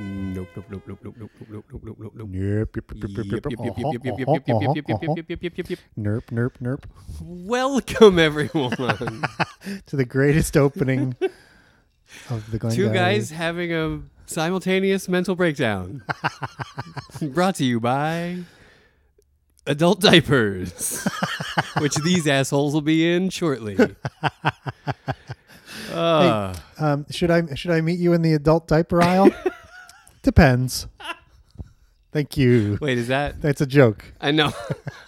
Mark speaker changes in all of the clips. Speaker 1: loop, loop, loop, loop, loop, loop, loop, loop, loop, loop.
Speaker 2: Nerp, yep, yep, yep, yep, yep,
Speaker 1: Yep, yep, yep,
Speaker 2: uh-huh,
Speaker 1: yep, yep, yep,
Speaker 2: uh-huh, uh-huh, uh-huh.
Speaker 1: yep, yep, yep, yep, yep, yep, yep, yep, yep.
Speaker 2: Nerp, nerp, nerp.
Speaker 1: Welcome everyone
Speaker 2: To the greatest opening of the Glenn
Speaker 1: Two guys having a simultaneous mental breakdown. Brought to you by adult diapers, which these assholes will be in shortly. Uh,
Speaker 2: Um, should I should I meet you in the adult diaper aisle? Depends. Thank you.
Speaker 1: Wait, is that?
Speaker 2: That's a joke.
Speaker 1: I know.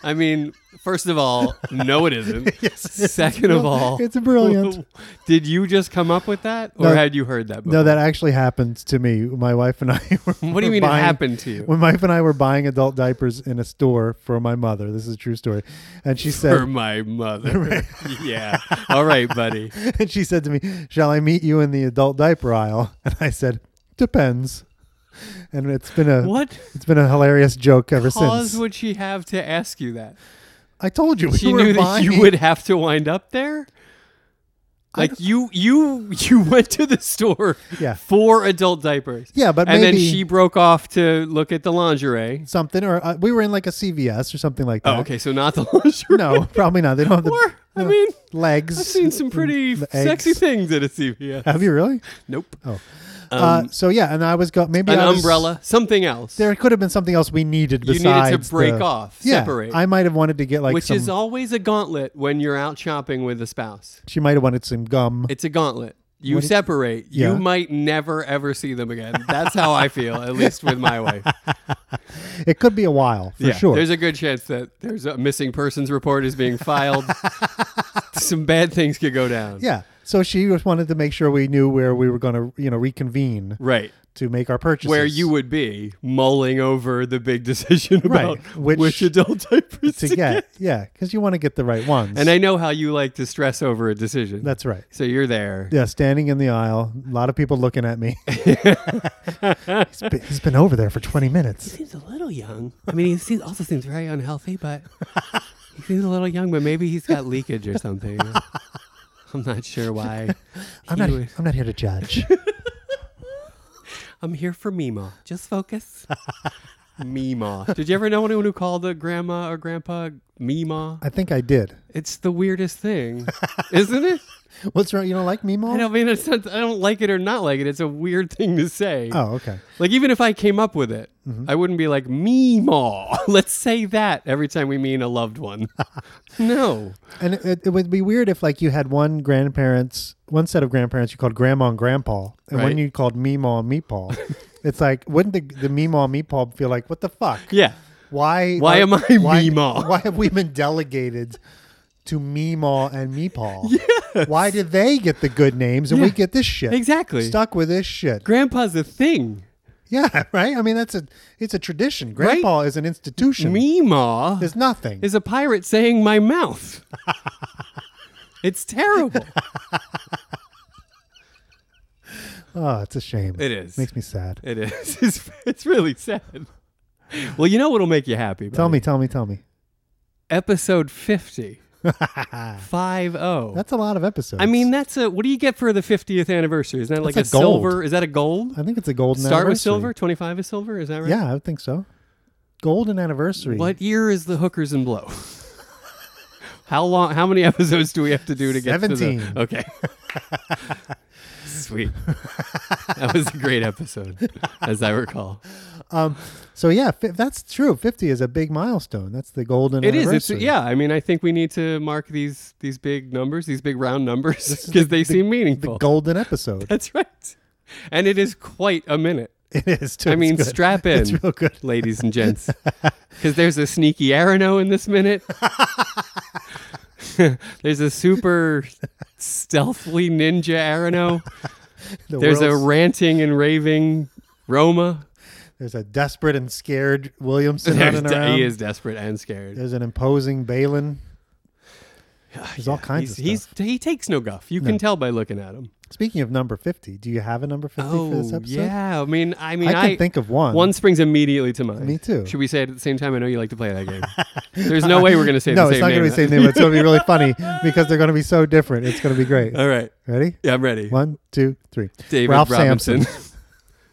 Speaker 1: I mean, first of all, no, it isn't.
Speaker 2: Yes, it's
Speaker 1: Second of
Speaker 2: bril-
Speaker 1: all,
Speaker 2: it's brilliant.
Speaker 1: Did you just come up with that, or
Speaker 2: No.
Speaker 1: had you heard that? Before?
Speaker 2: No, that actually happened to me. My wife and I. Were,
Speaker 1: What do you
Speaker 2: were
Speaker 1: mean
Speaker 2: buying-
Speaker 1: it happened to you?
Speaker 2: When my wife and I were buying adult diapers in a store for my mother, this is a true story, and she
Speaker 1: For
Speaker 2: said,
Speaker 1: my mother. yeah. All right, buddy.
Speaker 2: and she said to me, "Shall I meet you in the adult diaper aisle?" And I said, "Depends." And it's been a
Speaker 1: What
Speaker 2: it's been a hilarious joke ever
Speaker 1: cause
Speaker 2: since.
Speaker 1: would she have to ask you that?
Speaker 2: I told you we
Speaker 1: She
Speaker 2: were
Speaker 1: knew that
Speaker 2: buying.
Speaker 1: you would have to wind up there. Like you, you, you went to the store
Speaker 2: Yeah.
Speaker 1: for adult diapers.
Speaker 2: Yeah, but
Speaker 1: and then
Speaker 2: maybe-
Speaker 1: she broke off to look at the lingerie.
Speaker 2: something, or uh, we were in like a CVS or something like that.
Speaker 1: Oh, okay, so not the lingerie.
Speaker 2: No, probably not. They don't have the
Speaker 1: Or, I
Speaker 2: you know,
Speaker 1: mean,
Speaker 2: legs.
Speaker 1: I've seen some pretty
Speaker 2: the
Speaker 1: sexy
Speaker 2: eggs.
Speaker 1: things at a CVS.
Speaker 2: Have you really?
Speaker 1: Nope.
Speaker 2: Oh.
Speaker 1: Um,
Speaker 2: uh, so yeah, and I was going maybe
Speaker 1: an
Speaker 2: I was-
Speaker 1: umbrella, something else.
Speaker 2: There could have been something else we needed
Speaker 1: You needed
Speaker 2: besides.
Speaker 1: to break
Speaker 2: the-
Speaker 1: off,
Speaker 2: yeah,
Speaker 1: separate.
Speaker 2: I might have wanted to get like
Speaker 1: which
Speaker 2: some.
Speaker 1: is always a gauntlet when you're out shopping with a spouse.
Speaker 2: she might have wanted some gum.
Speaker 1: It's a gauntlet. You
Speaker 2: What is-
Speaker 1: separate.
Speaker 2: Yeah.
Speaker 1: You might never ever see them again. That's how I feel, at least with my wife.
Speaker 2: It could be a while for
Speaker 1: yeah,
Speaker 2: sure.
Speaker 1: There's a good chance that there's a missing persons report is being filed. Some bad things could go down.
Speaker 2: yeah. So she just wanted to make sure we knew where we were going to, you know, reconvene
Speaker 1: Right.
Speaker 2: to make our purchases.
Speaker 1: Where you would be mulling over the big decision
Speaker 2: Right.
Speaker 1: about
Speaker 2: Which-
Speaker 1: which, adult diapers
Speaker 2: to get, yeah, because you want to get the right ones.
Speaker 1: And I know how you like to stress over a decision.
Speaker 2: that's right.
Speaker 1: so you're there.
Speaker 2: Yeah, standing in the aisle, a lot of people looking at me. he's, been, he's been over there for 20 minutes.
Speaker 1: seems a little young. I mean, he seems, also seems very unhealthy, but he seems a little young. But maybe he's got leakage or something. I'm not sure why.
Speaker 2: I'm
Speaker 1: He
Speaker 2: not,
Speaker 1: would-
Speaker 2: I'm not here to judge.
Speaker 1: I'm here for Mima. Just focus. Mima. Did you ever know anyone who called a grandma or grandpa Mima?
Speaker 2: I think I did.
Speaker 1: It's the weirdest thing, isn't it?
Speaker 2: What's wrong? You don't like me,
Speaker 1: I
Speaker 2: Mom?
Speaker 1: don't mean it's not, I don't like it or not like it. It's a weird thing to say.
Speaker 2: Oh, okay.
Speaker 1: Like even if I came up with it,
Speaker 2: Mm-hmm.
Speaker 1: I wouldn't be like Mima. Let's say that every time we mean a loved one. no.
Speaker 2: And it- it, it would be weird if, like, you had one grandparents, one set of grandparents you called Grandma and Grandpa, and one
Speaker 1: Right.
Speaker 2: you called Meemaw and Meepaw. it's like, wouldn't the, the Meemaw and Meepaw feel like, what the fuck?
Speaker 1: Yeah.
Speaker 2: Why?
Speaker 1: Why am I
Speaker 2: why,
Speaker 1: Meemaw?
Speaker 2: Why have we been delegated to Meemaw and Meepaw? Why did they get the good names and we
Speaker 1: Yeah,
Speaker 2: get this shit?
Speaker 1: Exactly.
Speaker 2: Stuck with this shit.
Speaker 1: Grandpa's a thing.
Speaker 2: Yeah, right. I mean, that's a it's a tradition. Grandpa is an institution.
Speaker 1: Mima
Speaker 2: There's nothing.
Speaker 1: is a pirate saying my mouth. it's terrible.
Speaker 2: oh, it's a shame.
Speaker 1: It is.
Speaker 2: Makes me sad.
Speaker 1: It is. It's, it's really sad. Well, you know what'll make you happy.
Speaker 2: Tell
Speaker 1: buddy?
Speaker 2: me, tell me, tell me.
Speaker 1: Episode 50. 5 0.
Speaker 2: That's a lot of episodes.
Speaker 1: I mean, that's a. What do you get for the 50th anniversary? Isn't that like a,
Speaker 2: That's a gold.
Speaker 1: silver? Is that a gold?
Speaker 2: I think it's a golden
Speaker 1: Start with
Speaker 2: anniversary.
Speaker 1: silver? 25 is silver? Is that right?
Speaker 2: Yeah, I would think so. Golden anniversary.
Speaker 1: What year is the hookers and blow? how long? How many episodes do we have to do to get to
Speaker 2: 17.
Speaker 1: the? Okay. Sweet. That was a great episode, as I recall.
Speaker 2: Um, so yeah, fi- that's true. Fifty is a big milestone. That's the golden.
Speaker 1: It is.
Speaker 2: anniversary.
Speaker 1: It's yeah. I mean, I think we need to mark these these big numbers, these big round numbers, because they seem
Speaker 2: The
Speaker 1: meaningful.
Speaker 2: golden episode.
Speaker 1: That's right. And it is quite a minute.
Speaker 2: It is too.
Speaker 1: I
Speaker 2: It's
Speaker 1: mean,
Speaker 2: good.
Speaker 1: strap in,
Speaker 2: It's real good.
Speaker 1: ladies and gents, because there's a sneaky Arano in this minute. there's a super stealthily ninja Arano.
Speaker 2: The
Speaker 1: There's a
Speaker 2: world's-
Speaker 1: ranting and raving Roma.
Speaker 2: there's a desperate and scared Williamson
Speaker 1: There's
Speaker 2: running
Speaker 1: de-
Speaker 2: around.
Speaker 1: he is desperate and scared.
Speaker 2: There's an imposing Balin. There's all kinds
Speaker 1: He's,
Speaker 2: of stuff.
Speaker 1: he's he takes no guff. You can tell by looking at him.
Speaker 2: Speaking of number fifty, do you have a number fifty for this
Speaker 1: Oh
Speaker 2: episode?
Speaker 1: yeah. I mean, I
Speaker 2: I
Speaker 1: mean,
Speaker 2: can
Speaker 1: I,
Speaker 2: think of one.
Speaker 1: One springs immediately to mind.
Speaker 2: Me too.
Speaker 1: Should we say it at the same time? I know you like to play that game. There's no way we're going to say
Speaker 2: no,
Speaker 1: the
Speaker 2: it's
Speaker 1: same
Speaker 2: not
Speaker 1: name.
Speaker 2: going to be the same name. but It's going to be really funny because they're going to be so different. It's going to be great.
Speaker 1: All right.
Speaker 2: Ready?
Speaker 1: Yeah, I'm ready.
Speaker 2: One, two, three.
Speaker 1: David
Speaker 2: Ralph
Speaker 1: Robinson.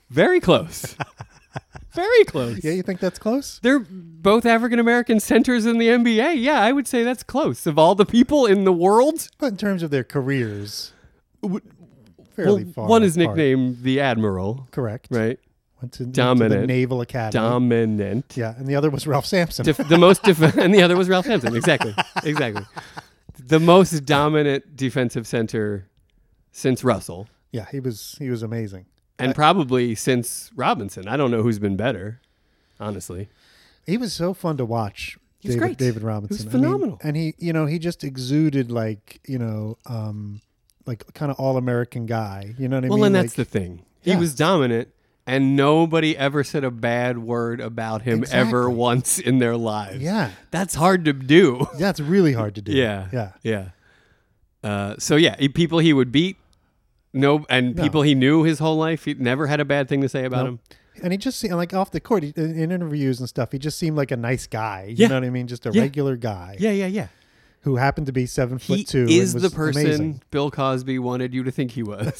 Speaker 1: Very close. Very close.
Speaker 2: Yeah, you think that's close?
Speaker 1: They're both African American centers in the NBA. Yeah, I would say that's close. Of all the people in the world,
Speaker 2: But in terms of their careers,
Speaker 1: w- well,
Speaker 2: fairly far.
Speaker 1: one is
Speaker 2: apart.
Speaker 1: nicknamed the Admiral,
Speaker 2: Correct. Went
Speaker 1: right?
Speaker 2: to, went to the
Speaker 1: Dominant.
Speaker 2: Naval Academy.
Speaker 1: Dominant.
Speaker 2: Yeah, and the other was Ralph Sampson.
Speaker 1: Def- the most def- and the other was Ralph Hampton. Exactly. Exactly. The most dominant defensive center since Russell
Speaker 2: yeah, he was he was amazing.
Speaker 1: and probably since Robinson. I don't know who's been better, honestly.
Speaker 2: He was so fun to watch.
Speaker 1: He's
Speaker 2: David,
Speaker 1: great.
Speaker 2: David Robinson. I mean,
Speaker 1: phenomenal.
Speaker 2: and he, you know, he just exuded like, you know, um, like kind of all American guy. You know what I
Speaker 1: Well,
Speaker 2: mean?
Speaker 1: and that's
Speaker 2: Like,
Speaker 1: the thing. He
Speaker 2: Yeah.
Speaker 1: was dominant and nobody ever said a bad word about him ever
Speaker 2: Exactly.
Speaker 1: once in their lives.
Speaker 2: yeah,
Speaker 1: That's hard to do.
Speaker 2: yeah, it's really hard to do.
Speaker 1: Yeah.
Speaker 2: yeah.
Speaker 1: Yeah. Uh, so yeah, he- people he would beat, no, and
Speaker 2: No.
Speaker 1: people he knew his whole life. He never had a bad thing to say about
Speaker 2: Nope.
Speaker 1: him.
Speaker 2: And he just seemed like off the court he, in in interviews and stuff. He just seemed like a nice guy. You
Speaker 1: Yeah.
Speaker 2: know what I mean? Just a
Speaker 1: Yeah.
Speaker 2: regular guy
Speaker 1: Yeah, yeah, yeah.
Speaker 2: who happened to be seven
Speaker 1: He
Speaker 2: foot two. and
Speaker 1: is
Speaker 2: was
Speaker 1: the person
Speaker 2: amazing.
Speaker 1: Bill Cosby wanted you to think he was.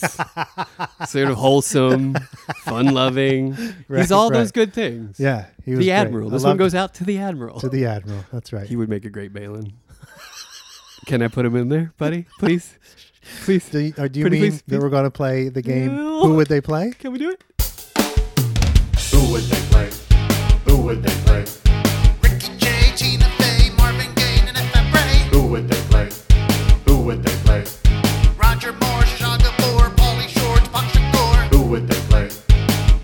Speaker 1: sort of wholesome, fun-loving.
Speaker 2: Right,
Speaker 1: He's all those
Speaker 2: right.
Speaker 1: good things.
Speaker 2: Yeah, he was
Speaker 1: the
Speaker 2: great.
Speaker 1: admiral.
Speaker 2: I
Speaker 1: This one
Speaker 2: loved
Speaker 1: goes out to the admiral.
Speaker 2: to the admiral. That's right.
Speaker 1: he would make a great Balin. Can I put him in there, buddy? Please, please.
Speaker 2: do you, or do you
Speaker 1: Pretty
Speaker 2: mean
Speaker 1: please-
Speaker 2: that we're going to play the game?
Speaker 1: No.
Speaker 2: Who would they play?
Speaker 1: Can we do it?
Speaker 3: Who would they play? Who would they play?
Speaker 4: Ricky Jay, Tina Fey, Marvin Gaye, and if I pray,
Speaker 3: Who would they play? Who would they play?
Speaker 4: Roger Moore, Shaka Moore, Paulie Shore, Tupac Shakur.
Speaker 3: Who would they play?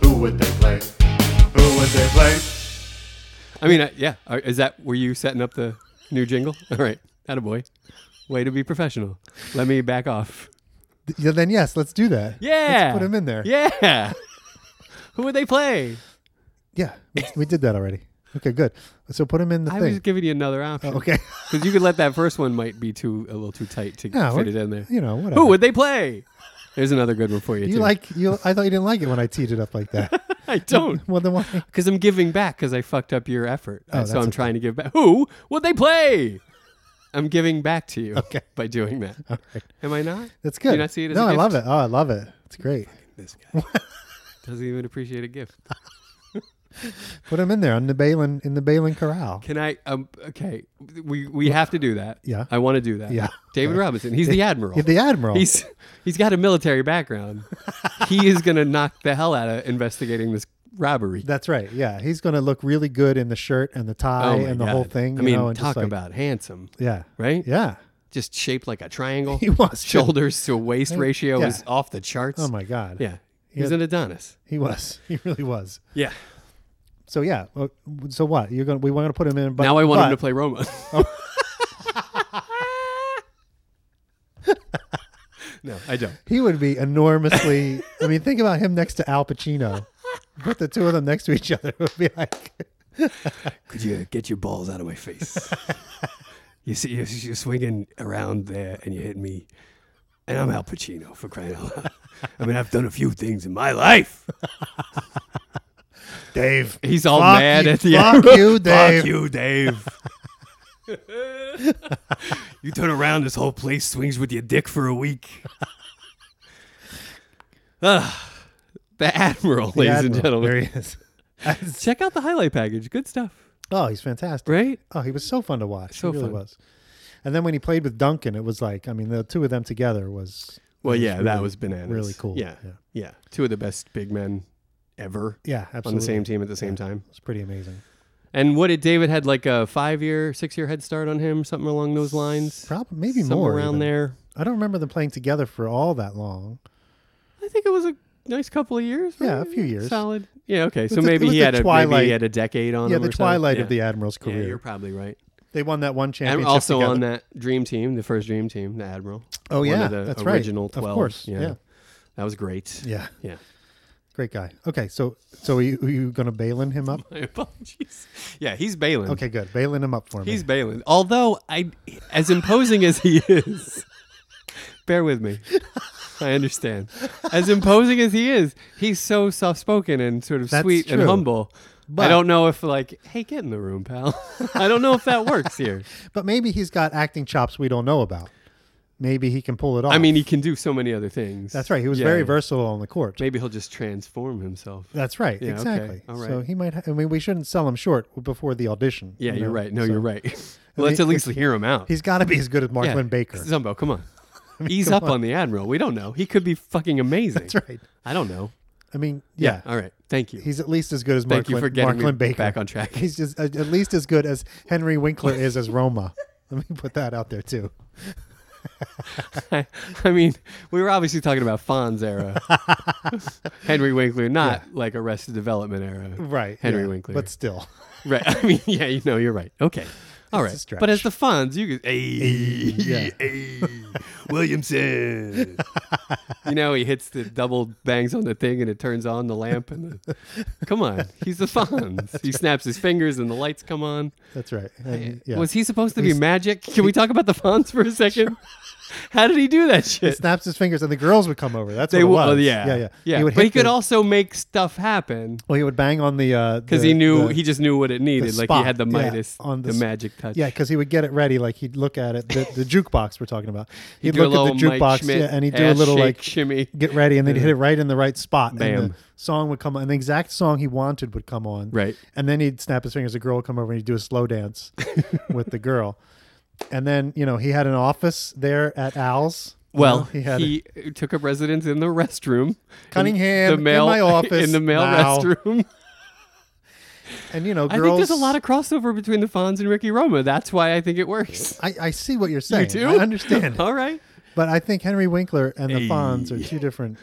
Speaker 3: Who would they play? Who would they play?
Speaker 1: I mean, I, yeah. Are- Is that were you setting up the new jingle? All right, attaboy. Way to be professional. Let me back off.
Speaker 2: Th- Yeah, then yes, let's do that.
Speaker 1: Yeah.
Speaker 2: let's put him in there.
Speaker 1: Yeah. Who would they play?
Speaker 2: Yeah, we, we did that already. Okay, good. So put him in the
Speaker 1: I was
Speaker 2: thing.
Speaker 1: giving you another option.
Speaker 2: Okay.
Speaker 1: Because you could let that first one might be too a little too tight to
Speaker 2: No,
Speaker 1: fit
Speaker 2: we're-
Speaker 1: it in there.
Speaker 2: You know, whatever.
Speaker 1: Who would they play? There's another good one for you.
Speaker 2: you
Speaker 1: too.
Speaker 2: like? You? I thought you didn't like it when I teed it up like that.
Speaker 1: I don't.
Speaker 2: well, then why?
Speaker 1: Because I'm giving back because I fucked up your effort. Uh, so
Speaker 2: Oh, that's
Speaker 1: I'm
Speaker 2: okay.
Speaker 1: trying to give back. Who would they play? I'm giving back to you
Speaker 2: Okay.
Speaker 1: by doing that.
Speaker 2: right.
Speaker 1: Am I not?
Speaker 2: That's good.
Speaker 1: you not see it as
Speaker 2: no,
Speaker 1: a
Speaker 2: I
Speaker 1: gift?
Speaker 2: love it. Oh, I love it. It's great.
Speaker 1: This guy doesn't even appreciate a gift.
Speaker 2: Put him in there on the Balin in the Balin Corral.
Speaker 1: Can I? Um, okay, we we have to do that.
Speaker 2: Yeah.
Speaker 1: I want to do that.
Speaker 2: Yeah.
Speaker 1: David Robinson. He's the admiral.
Speaker 2: Yeah, the admiral.
Speaker 1: He's he's got a military background. he is gonna knock the hell out of investigating this robbery.
Speaker 2: That's right. Yeah, he's going to look really good in the shirt and the tie
Speaker 1: Oh my
Speaker 2: and the whole
Speaker 1: God.
Speaker 2: thing.
Speaker 1: I
Speaker 2: you
Speaker 1: mean,
Speaker 2: know, and just
Speaker 1: talk
Speaker 2: like-
Speaker 1: about handsome,
Speaker 2: Yeah.
Speaker 1: right?
Speaker 2: Yeah.
Speaker 1: Just shaped like a triangle.
Speaker 2: He was.
Speaker 1: Shoulders to waist ratio
Speaker 2: yeah.
Speaker 1: is off the charts.
Speaker 2: Oh my God.
Speaker 1: Yeah, he
Speaker 2: Yeah.
Speaker 1: was an Adonis.
Speaker 2: He was. He really was.
Speaker 1: Yeah.
Speaker 2: So yeah. well, So what? You're gonna we want to put him in. But,
Speaker 1: now I want him to
Speaker 2: but- Oh.
Speaker 1: play Roma. no, I don't.
Speaker 2: He would be enormously. I mean, think about him next to Al Pacino. Put the two of them next to each other. It would be like.
Speaker 1: Could you get your balls out of my face? you see, you're, you're swinging around there and you hit me. And I'm Al Pacino for crying out loud. I mean, I've done a few things in my life.
Speaker 2: Dave.
Speaker 1: He's all
Speaker 2: Fuck
Speaker 1: mad
Speaker 2: you-
Speaker 1: at the
Speaker 2: fuck
Speaker 1: end.
Speaker 2: you, Dave.
Speaker 1: Fuck you, Dave. you turn around, this whole place swings with your dick for a week. Ah, the Admiral, ladies and
Speaker 2: Admiral.
Speaker 1: gentlemen.
Speaker 2: There he is. That's-
Speaker 1: Check out the highlight package. Good stuff,
Speaker 2: oh, he's fantastic.
Speaker 1: right?
Speaker 2: Oh, he was so fun to watch.
Speaker 1: So
Speaker 2: he really
Speaker 1: fun.
Speaker 2: was. And then when he played with Duncan, it was like I mean, the two of them together was
Speaker 1: Well,
Speaker 2: was
Speaker 1: yeah, that
Speaker 2: really-
Speaker 1: was bananas.
Speaker 2: really cool.
Speaker 1: Yeah,
Speaker 2: Yeah.
Speaker 1: yeah, Two of the best big men ever
Speaker 2: yeah absolutely
Speaker 1: on the same team at the same time.
Speaker 2: It was pretty amazing.
Speaker 1: And what did David had like a five year, six year head start on him, something along those lines.
Speaker 2: Probably maybe
Speaker 1: somewhere
Speaker 2: more
Speaker 1: around
Speaker 2: even.
Speaker 1: there.
Speaker 2: I don't remember them playing together for all that long.
Speaker 1: I think it was a nice couple of years.
Speaker 2: Yeah,
Speaker 1: right?
Speaker 2: a few years.
Speaker 1: Solid. Yeah. Okay. So
Speaker 2: was the- it
Speaker 1: maybe
Speaker 2: was
Speaker 1: he
Speaker 2: the
Speaker 1: had a maybe
Speaker 2: twilight-
Speaker 1: he had a decade on.
Speaker 2: yeah,
Speaker 1: him
Speaker 2: the
Speaker 1: or something.
Speaker 2: twilight
Speaker 1: Yeah.
Speaker 2: of the Admiral's
Speaker 1: Yeah,
Speaker 2: career.
Speaker 1: you're probably right.
Speaker 2: they won that one championship.
Speaker 1: And also
Speaker 2: together.
Speaker 1: on that dream team, the first dream team, the Admiral.
Speaker 2: Oh
Speaker 1: One
Speaker 2: yeah,
Speaker 1: of the
Speaker 2: that's right.
Speaker 1: original
Speaker 2: Of
Speaker 1: twelve.
Speaker 2: course, yeah.
Speaker 1: That was great.
Speaker 2: Yeah,
Speaker 1: Yeah.
Speaker 2: great guy. Okay, so so are you, are you going to bailin him up?
Speaker 1: My apologies. Yeah, he's bailing.
Speaker 2: Okay, good. Bailin him up for me.
Speaker 1: He's bailing. Although I, as imposing as he is, bear with me. I understand. As imposing as he is, he's so soft spoken and sort of
Speaker 2: That's
Speaker 1: sweet and
Speaker 2: true.
Speaker 1: humble.
Speaker 2: But-
Speaker 1: I don't know if like, hey, get in the room, pal. I don't know if that works here.
Speaker 2: But maybe he's got acting chops we don't know about. maybe he can pull it off.
Speaker 1: I mean, he can do so many other things.
Speaker 2: that's right. He was
Speaker 1: Yeah.
Speaker 2: very versatile on the court.
Speaker 1: Maybe he'll just transform himself.
Speaker 2: That's right.
Speaker 1: Yeah, okay.
Speaker 2: exactly.
Speaker 1: All
Speaker 2: So
Speaker 1: right.
Speaker 2: he might. Ha- I mean, we shouldn't sell him short before the audition.
Speaker 1: Yeah,
Speaker 2: you
Speaker 1: you are
Speaker 2: know?
Speaker 1: right. No,
Speaker 2: So
Speaker 1: you're right. Let's at least hear him out.
Speaker 2: He's got to be as good as Mark
Speaker 1: Yeah.
Speaker 2: Lynn Baker.
Speaker 1: Zumbo, come on. Ease up on. the Admiral. We don't know. He could be fucking amazing.
Speaker 2: That's right.
Speaker 1: I don't know.
Speaker 2: I mean, yeah.
Speaker 1: All right. Thank you.
Speaker 2: He's at least as good as Mark,
Speaker 1: Thank you
Speaker 2: Lin-
Speaker 1: for getting
Speaker 2: Mark
Speaker 1: me
Speaker 2: Lynn Baker.
Speaker 1: back on track.
Speaker 2: He's just uh, at least as good as Henry Winkler is as Roma. Let me put that out there too.
Speaker 1: I, mean, we were obviously talking about Fonz era. Henry Winkler, not like Arrested Development era.
Speaker 2: Right.
Speaker 1: Henry
Speaker 2: yeah.
Speaker 1: Winkler.
Speaker 2: But still.
Speaker 1: Right. I mean, yeah, you know, you're right. Okay. All
Speaker 2: It's a
Speaker 1: right.
Speaker 2: stretch.
Speaker 1: But as the Fonz, you could, hey,
Speaker 2: yeah.
Speaker 1: Williamson. you know, he hits the double bangs on the thing and it turns on the lamp. And the, come on, he's the Fonz. he snaps his fingers and the lights come on.
Speaker 2: That's right. And, yeah.
Speaker 1: Was he supposed to be magic? Can we talk about the Fonz for a second? How did he do that
Speaker 2: he
Speaker 1: shit?
Speaker 2: snaps his fingers and the girls would come over. That's
Speaker 1: They
Speaker 2: what it
Speaker 1: would,
Speaker 2: was.
Speaker 1: oh, yeah,
Speaker 2: Yeah. Yeah.
Speaker 1: but he
Speaker 2: hit
Speaker 1: could
Speaker 2: the-
Speaker 1: also make stuff happen
Speaker 2: Well, he would bang on the. uh,
Speaker 1: because
Speaker 2: the-
Speaker 1: he knew
Speaker 2: the-
Speaker 1: he just knew what it needed. Like he
Speaker 2: spot,
Speaker 1: had the
Speaker 2: yeah,
Speaker 1: Midas,
Speaker 2: on the
Speaker 1: the
Speaker 2: s-
Speaker 1: magic touch.
Speaker 2: Yeah, because he would get it ready. Like he'd look at it, the, the jukebox we're talking about. He'd,
Speaker 1: do a
Speaker 2: look at the
Speaker 1: little Mike
Speaker 2: jukebox,
Speaker 1: Schmidt
Speaker 2: yeah, and he'd do a
Speaker 1: ass
Speaker 2: little
Speaker 1: shake,
Speaker 2: like
Speaker 1: shimmy.
Speaker 2: get ready, and then he'd hit it right in the right spot, and
Speaker 1: Bam.
Speaker 2: the song would come on, and the exact song he wanted would come on,
Speaker 1: Right.
Speaker 2: And then he'd snap his fingers, a girl would come over, and he'd do a slow dance with the girl, and then you know he had an office there at Al's. you know,
Speaker 1: Well,
Speaker 2: he had
Speaker 1: he, took up residence in the restroom.
Speaker 2: Cunningham
Speaker 1: the
Speaker 2: in
Speaker 1: male,
Speaker 2: my office
Speaker 1: In the male
Speaker 2: now.
Speaker 1: restroom.
Speaker 2: and you know
Speaker 1: I
Speaker 2: girls.
Speaker 1: think there's a lot of crossover between the Fonz and Ricky Roma. That's why I think it works.
Speaker 2: I, I see what you're saying.
Speaker 1: do?
Speaker 2: I understand.
Speaker 1: All right.
Speaker 2: But I think Henry Winkler and the Fonz are two different,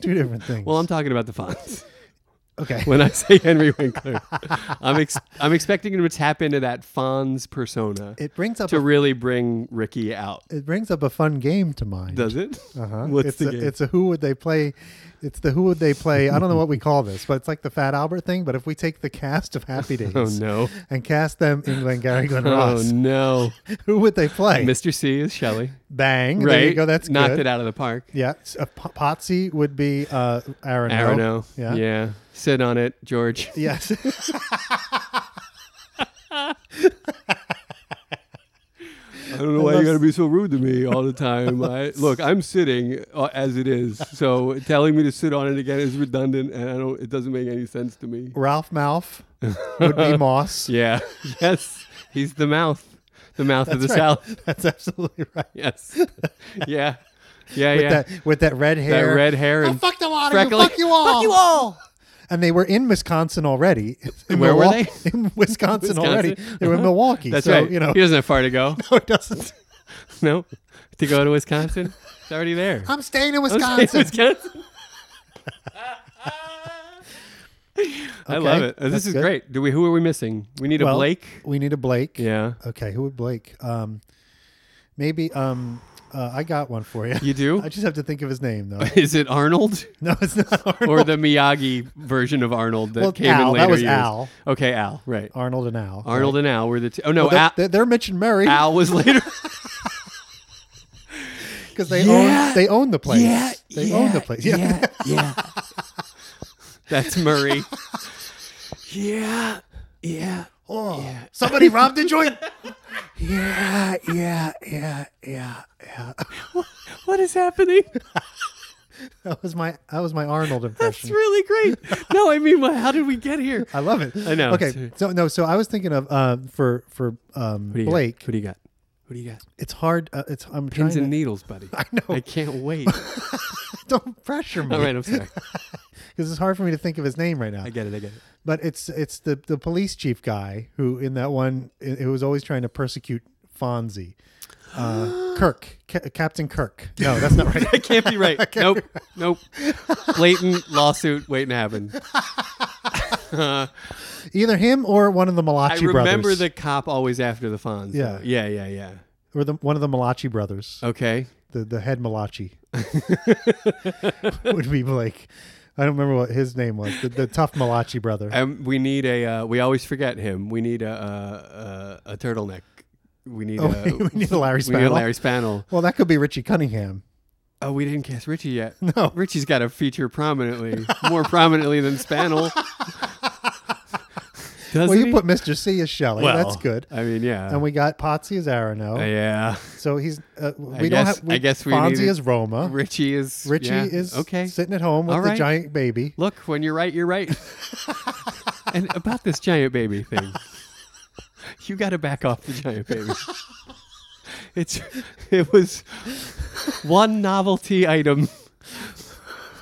Speaker 2: two different things.
Speaker 1: Well, I'm talking about the Fonz.
Speaker 2: okay.
Speaker 1: When I say Henry Winkler, I'm ex- I'm expecting him to tap into that Fonz persona
Speaker 2: It brings up
Speaker 1: to
Speaker 2: a,
Speaker 1: really bring Ricky out.
Speaker 2: it brings up a fun game to mind.
Speaker 1: Does it?
Speaker 2: Uh-huh.
Speaker 1: What's
Speaker 2: it's
Speaker 1: the
Speaker 2: a,
Speaker 1: game?
Speaker 2: It's a who would they play? It's the who would they play? I don't know what we call this, but it's like the Fat Albert thing. But if we take the cast of Happy Days
Speaker 1: oh no!
Speaker 2: and cast them in Glengarry Glen
Speaker 1: Oh
Speaker 2: Ross,
Speaker 1: no!
Speaker 2: who would they play?
Speaker 1: Mr. C is Shelley.
Speaker 2: Bang!
Speaker 1: Right?
Speaker 2: There you go. That's
Speaker 1: knocked
Speaker 2: good.
Speaker 1: it out of the park.
Speaker 2: Yeah, s- uh, P- Potsy would be uh, Aaron.
Speaker 1: Arono.
Speaker 2: Yeah.
Speaker 1: yeah. Sit on it, George.
Speaker 2: Yes.
Speaker 1: I don't know
Speaker 2: I
Speaker 1: why
Speaker 2: love-
Speaker 1: you got to be so rude to me all the time. I, look, I'm sitting uh, as it is, so telling me to sit on it again is redundant, and I don't. It doesn't make any sense to me.
Speaker 2: Ralph Malph would be Moss.
Speaker 1: Yeah. Yes. He's the mouth, the mouth of the
Speaker 2: That's right.
Speaker 1: South.
Speaker 2: That's absolutely right.
Speaker 1: Yes. Yeah. Yeah.
Speaker 2: With
Speaker 1: yeah. That,
Speaker 2: that with that red hair.
Speaker 1: red hair
Speaker 2: Oh,
Speaker 1: and
Speaker 2: fuck the water.
Speaker 1: freckly-
Speaker 2: Fuck you all.
Speaker 1: Fuck you all.
Speaker 2: and they were in Wisconsin already. In
Speaker 1: Where were
Speaker 2: Milwaukee- In Wisconsin,
Speaker 1: Wisconsin.
Speaker 2: already. They were in Milwaukee.
Speaker 1: That's
Speaker 2: so,
Speaker 1: right.
Speaker 2: You know,
Speaker 1: he doesn't have far to go.
Speaker 2: it doesn't.
Speaker 1: No, to go to Wisconsin, it's already there.
Speaker 2: I'm staying in
Speaker 1: I'm
Speaker 2: Wisconsin.
Speaker 1: saying Wisconsin. I
Speaker 2: Okay,
Speaker 1: love it. Uh,
Speaker 2: that's
Speaker 1: This is
Speaker 2: good.
Speaker 1: great. Do we? Who are we missing? We need
Speaker 2: Well, uh,
Speaker 1: a Blake.
Speaker 2: We need a Blake.
Speaker 1: Yeah,
Speaker 2: Okay, who would Blake? Um, maybe. Um, uh, I got one for you.
Speaker 1: you do.
Speaker 2: I just have to think of his name though.
Speaker 1: Is it Arnold
Speaker 2: No, it's not Arnold.
Speaker 1: or the Miyagi version of Arnold that
Speaker 2: Well,
Speaker 1: came
Speaker 2: Al,
Speaker 1: in
Speaker 2: that
Speaker 1: later
Speaker 2: was
Speaker 1: years?
Speaker 2: Al.
Speaker 1: Okay, Al. Right.
Speaker 2: Arnold and Al.
Speaker 1: Arnold and Al were the two. Oh no,
Speaker 2: Right. Well,
Speaker 1: Al,
Speaker 2: they're, they're Mitch and Murray
Speaker 1: Al was later.
Speaker 2: because they
Speaker 1: Yeah.
Speaker 2: own they own the place. they own the place. Yeah.
Speaker 1: yeah. That's Murray. yeah, yeah.
Speaker 2: Oh, Somebody robbed a joint.
Speaker 1: Yeah, yeah, yeah, yeah, yeah. What is happening?
Speaker 2: That was my that was my Arnold
Speaker 1: That's
Speaker 2: impression.
Speaker 1: really great. No, I mean, wha- how did we get here?
Speaker 2: I love it.
Speaker 1: I know.
Speaker 2: Okay, so no, so I was thinking of uh, for for um,
Speaker 1: Who do you
Speaker 2: Blake.
Speaker 1: Got? Who do you got? Who do you got?
Speaker 2: It's hard. Uh, it's I'm
Speaker 1: Pins
Speaker 2: trying
Speaker 1: and
Speaker 2: to
Speaker 1: needles, buddy. I
Speaker 2: know.
Speaker 1: I can't wait.
Speaker 2: don't pressure me
Speaker 1: All right,
Speaker 2: because
Speaker 1: I'm sorry.
Speaker 2: it's hard for me to think of his name right now.
Speaker 1: I get it. I get it.
Speaker 2: But it's it's the the police chief guy who in that one i- who was always trying to persecute Fonzie, uh, Kirk, Ca- Captain Kirk. No, that's not right.
Speaker 1: That can't be right. nope. Nope. Blatant lawsuit waiting to happen.
Speaker 2: Either him or one of the Malachi
Speaker 1: I remember
Speaker 2: brothers.
Speaker 1: the cop always after the Fonz.
Speaker 2: Yeah.
Speaker 1: though. Yeah. Yeah. Yeah.
Speaker 2: or the one of the Malachi brothers.
Speaker 1: Okay.
Speaker 2: the the head Malachi would be Blake. I don't remember what his name was. The, the tough Malachi brother.
Speaker 1: Um, we need a. Uh, we always forget him. We need a a, a, a turtleneck. We need
Speaker 2: Oh,
Speaker 1: a.
Speaker 2: we need a Larry
Speaker 1: We need a
Speaker 2: Spannel.
Speaker 1: Larry Spannel.
Speaker 2: Well, that could be Richie Cunningham.
Speaker 1: Oh, we didn't cast Richie yet.
Speaker 2: No.
Speaker 1: Richie's got to feature prominently, more prominently than Spannel. Doesn't
Speaker 2: well, you
Speaker 1: he?
Speaker 2: put Mr. C as Shelley.
Speaker 1: Well,
Speaker 2: That's good.
Speaker 1: I mean, yeah.
Speaker 2: and we got Potsy as Arano.
Speaker 1: Uh, yeah.
Speaker 2: so he's uh, we don't
Speaker 1: guess-
Speaker 2: have. We,
Speaker 1: I guess we
Speaker 2: Fonzie
Speaker 1: needed-
Speaker 2: is Roma.
Speaker 1: Richie is
Speaker 2: Richie
Speaker 1: yeah,
Speaker 2: is
Speaker 1: okay.
Speaker 2: sitting at home with
Speaker 1: All
Speaker 2: the
Speaker 1: right.
Speaker 2: giant baby.
Speaker 1: Look, when you're right, you're right. and about this giant baby thing, you got to back off the giant baby. It's it was one novelty item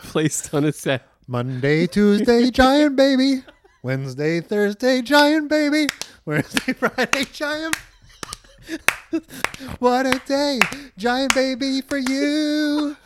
Speaker 1: placed on a set.
Speaker 2: Monday, Tuesday, giant baby. Wednesday, Thursday, giant baby. Wednesday, Friday, giant. what a day, giant baby for you.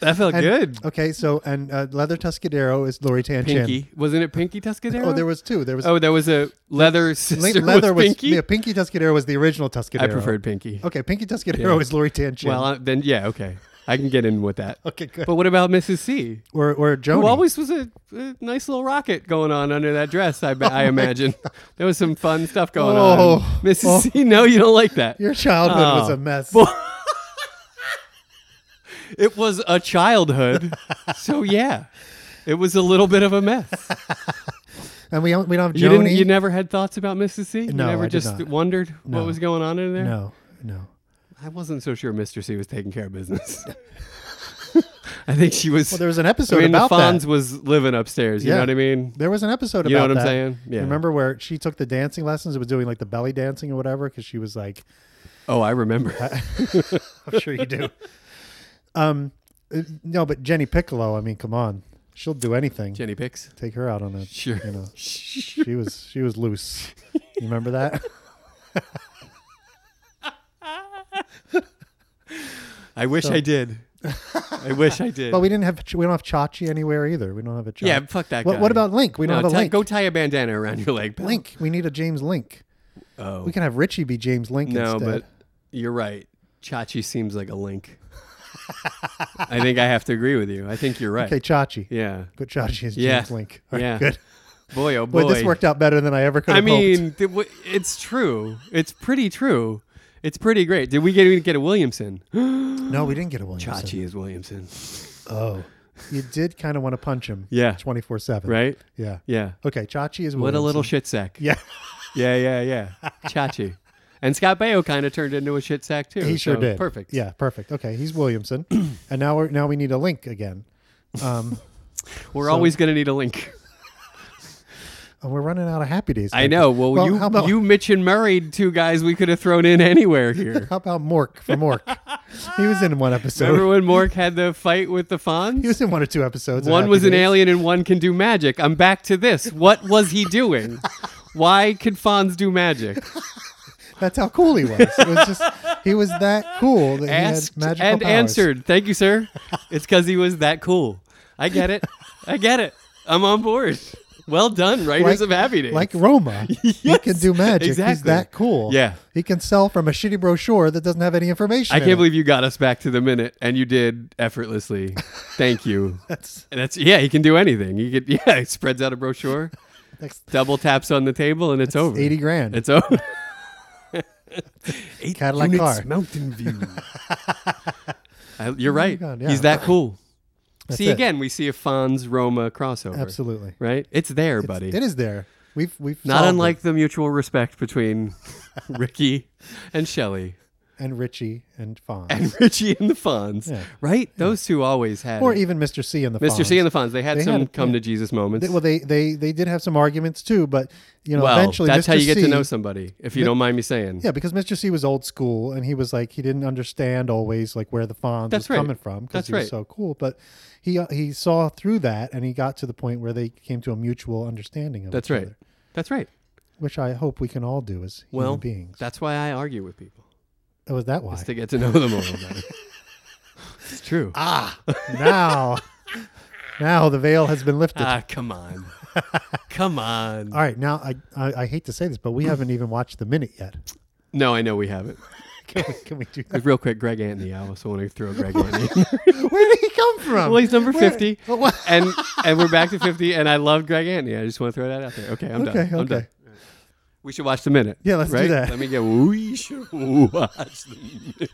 Speaker 1: That felt
Speaker 2: And-
Speaker 1: good.
Speaker 2: Okay, so and uh, leather Tuscadero is Lori Tan Chin.
Speaker 1: Pinky, wasn't it Pinky Tuscadero?
Speaker 2: Oh, there was two. There was
Speaker 1: Oh, there was a leather sister
Speaker 2: leather
Speaker 1: was Pinky.
Speaker 2: yeah, Pinky Tuscadero was the original Tuscadero.
Speaker 1: I preferred Pinky.
Speaker 2: Okay, Pinky Tuscadero
Speaker 1: Yeah.
Speaker 2: is Lori Tan Chin.
Speaker 1: Well, uh, then yeah, okay, I can get in with that.
Speaker 2: okay, good.
Speaker 1: But what about Mrs. C?
Speaker 2: or or Joni.
Speaker 1: Who always was a, a nice little rocket going on under that dress. I, be- I imagine there was some fun stuff going on.
Speaker 2: Oh,
Speaker 1: Mrs.
Speaker 2: oh.
Speaker 1: C, no, you don't like that.
Speaker 2: Your childhood was
Speaker 1: Oh.
Speaker 2: a mess.
Speaker 1: Boy. It was a childhood, so yeah, it was a little bit of a mess.
Speaker 2: And we don't, we don't have Joni.
Speaker 1: You didn't. You never had thoughts about Mrs. C. you
Speaker 2: No,
Speaker 1: never
Speaker 2: I did
Speaker 1: just
Speaker 2: not.
Speaker 1: wondered
Speaker 2: No.
Speaker 1: what was going on in there.
Speaker 2: no, no.
Speaker 1: I wasn't so sure Mr. C was taking care of business. I think she was.
Speaker 2: Well, there was an episode
Speaker 1: I mean,
Speaker 2: about
Speaker 1: the Fonz
Speaker 2: that.
Speaker 1: was living upstairs. You
Speaker 2: Yeah.
Speaker 1: know what I mean?
Speaker 2: There was an episode
Speaker 1: You know
Speaker 2: about
Speaker 1: what I'm
Speaker 2: that.
Speaker 1: saying? Yeah.
Speaker 2: Remember where she took the dancing lessons and was doing like the belly dancing or whatever because she was like,
Speaker 1: Oh, I remember.
Speaker 2: I'm sure you do. um, uh, no, but Jenny Piccolo. I mean, come on, she'll do anything.
Speaker 1: Jenny Picks.
Speaker 2: Take her out on that.
Speaker 1: Sure.
Speaker 2: You know, she was she was loose. You remember that?
Speaker 1: I wish I did. I wish I did.
Speaker 2: But we didn't have we don't have Chachi anywhere either. We don't have a Chachi.
Speaker 1: yeah, fuck that
Speaker 2: What,
Speaker 1: guy.
Speaker 2: what about Link? We
Speaker 1: No,
Speaker 2: don't have a
Speaker 1: tie-
Speaker 2: Link.
Speaker 1: Go tie a bandana around your leg. pal.
Speaker 2: Link. We need a James Link.
Speaker 1: Oh.
Speaker 2: We can have Richie be James Link
Speaker 1: no,
Speaker 2: instead.
Speaker 1: but you're right. Chachi seems like a link. I think I have to agree with you. I think you're right.
Speaker 2: okay, Chachi.
Speaker 1: Yeah.
Speaker 2: Good Chachi is James
Speaker 1: Yeah.
Speaker 2: Link. All right,
Speaker 1: Yeah.
Speaker 2: Good.
Speaker 1: Boy, oh boy.
Speaker 2: Boy, this worked out better than I ever could
Speaker 1: I
Speaker 2: have hoped.
Speaker 1: mean, th- w- it's true. It's pretty true. It's pretty great. Did we get even get a Williamson?
Speaker 2: No, we didn't get a Williamson.
Speaker 1: Chachi is Williamson,
Speaker 2: Oh. You did kind of want to punch him.
Speaker 1: Yeah.
Speaker 2: 24 7.
Speaker 1: right?
Speaker 2: Yeah.
Speaker 1: Yeah.
Speaker 2: Okay. Chachi is
Speaker 1: What a
Speaker 2: Williamson.
Speaker 1: little shit sack.
Speaker 2: Yeah.
Speaker 1: Yeah, yeah, yeah. Chachi. And Scott Baio kind of turned into a shit sack too.
Speaker 2: He sure
Speaker 1: so
Speaker 2: did.
Speaker 1: Perfect.
Speaker 2: Yeah. Perfect. Okay. He's Williamson. and now we're now we need a link again. Um,
Speaker 1: We're always going to need a link.
Speaker 2: and Oh, we're running out of happy days.
Speaker 1: I know. Well, you,
Speaker 2: how about,
Speaker 1: you, Mitch and Murray, two guys we could have thrown in anywhere here.
Speaker 2: How about Mork for Mork? he was in one episode.
Speaker 1: Remember when Mork had the fight with the Fonz?
Speaker 2: he was in one or two episodes. of
Speaker 1: one
Speaker 2: Happy
Speaker 1: was an
Speaker 2: Days.
Speaker 1: alien and one can do magic. I'm back to this. What was he doing? Why could Fonz do magic?
Speaker 2: That's how cool he was. It was just he was that cool that
Speaker 1: Asked
Speaker 2: he had magical
Speaker 1: and
Speaker 2: powers.
Speaker 1: answered. Thank you, sir. It's because he was that cool. I get it. I get it. I'm on board. Well done, writers
Speaker 2: Like-
Speaker 1: of Happy Days.
Speaker 2: Like Roma, he
Speaker 1: Yes,
Speaker 2: can do magic. He's
Speaker 1: exactly.
Speaker 2: that cool.
Speaker 1: Yeah.
Speaker 2: he can sell from a shitty brochure that doesn't have any information.
Speaker 1: I
Speaker 2: in
Speaker 1: can't
Speaker 2: it.
Speaker 1: believe you got us back to the minute, and you did effortlessly. Thank you.
Speaker 2: that's
Speaker 1: And That's yeah. He can do anything. He could yeah. He spreads out a brochure,
Speaker 2: next
Speaker 1: double taps on the table, and it's over.
Speaker 2: eighty grand.
Speaker 1: It's over. Eight
Speaker 2: Cadillac
Speaker 1: units,
Speaker 2: car.
Speaker 1: Mountain View. I- you're right.
Speaker 2: Oh God, yeah.
Speaker 1: He's that cool.
Speaker 2: That's
Speaker 1: see
Speaker 2: it.
Speaker 1: again, we see a Fonz Roma crossover.
Speaker 2: Absolutely,
Speaker 1: Right. It's there,
Speaker 2: It's-
Speaker 1: buddy.
Speaker 2: It is there. We've we've
Speaker 1: Not
Speaker 2: solved it.
Speaker 1: unlike the mutual respect between Ricky and Shelley
Speaker 2: and Richie and Fonz,
Speaker 1: and Richie and the Fonz.
Speaker 2: Yeah.
Speaker 1: Right. Those two always had
Speaker 2: or
Speaker 1: it.
Speaker 2: even Mr. C and the
Speaker 1: Mr. C
Speaker 2: Fonz.
Speaker 1: and the Fonz. They had
Speaker 2: They
Speaker 1: some
Speaker 2: had-
Speaker 1: come
Speaker 2: yeah.
Speaker 1: to Jesus moments.
Speaker 2: They- well, they they they did have some arguments too, but you know,
Speaker 1: Well,
Speaker 2: eventually
Speaker 1: that's
Speaker 2: Mr.
Speaker 1: how you get
Speaker 2: C
Speaker 1: to know somebody, if you
Speaker 2: Mi-
Speaker 1: don't mind me saying.
Speaker 2: Yeah, because Mr. C was old school, and he was like he didn't understand always like where the Fonz
Speaker 1: That's
Speaker 2: was
Speaker 1: right.
Speaker 2: coming from because
Speaker 1: That's
Speaker 2: he was
Speaker 1: right.
Speaker 2: so cool. But he uh, he saw through that, and he got to the point where they came to a mutual understanding of
Speaker 1: That's
Speaker 2: each
Speaker 1: right.
Speaker 2: other,
Speaker 1: That's right.
Speaker 2: which I hope we can all do as
Speaker 1: Well,
Speaker 2: human beings.
Speaker 1: that's why I argue with people.
Speaker 2: That was that why.
Speaker 1: is to get to know them a little better. it's true. Ah,
Speaker 2: now, now the veil has been lifted.
Speaker 1: come on. come on.
Speaker 2: all right, now I, I I hate to say this, but we haven't even watched the minute yet.
Speaker 1: No, I know we haven't.
Speaker 2: Can we, can we do that?
Speaker 1: Real quick, Greg Antony. I also want to throw Greg Antony.
Speaker 2: Where did he come from?
Speaker 1: well, he's number
Speaker 2: Where-
Speaker 1: 50.
Speaker 2: Oh, wow.
Speaker 1: and and we're back to 50, and I love Greg Antony. I just want to throw that out there. Okay, I'm
Speaker 2: Okay,
Speaker 1: done. I'm
Speaker 2: okay.
Speaker 1: done. We should watch the minute.
Speaker 2: Yeah, let's do
Speaker 1: right?
Speaker 2: that.
Speaker 1: Let me get. We should watch the minute.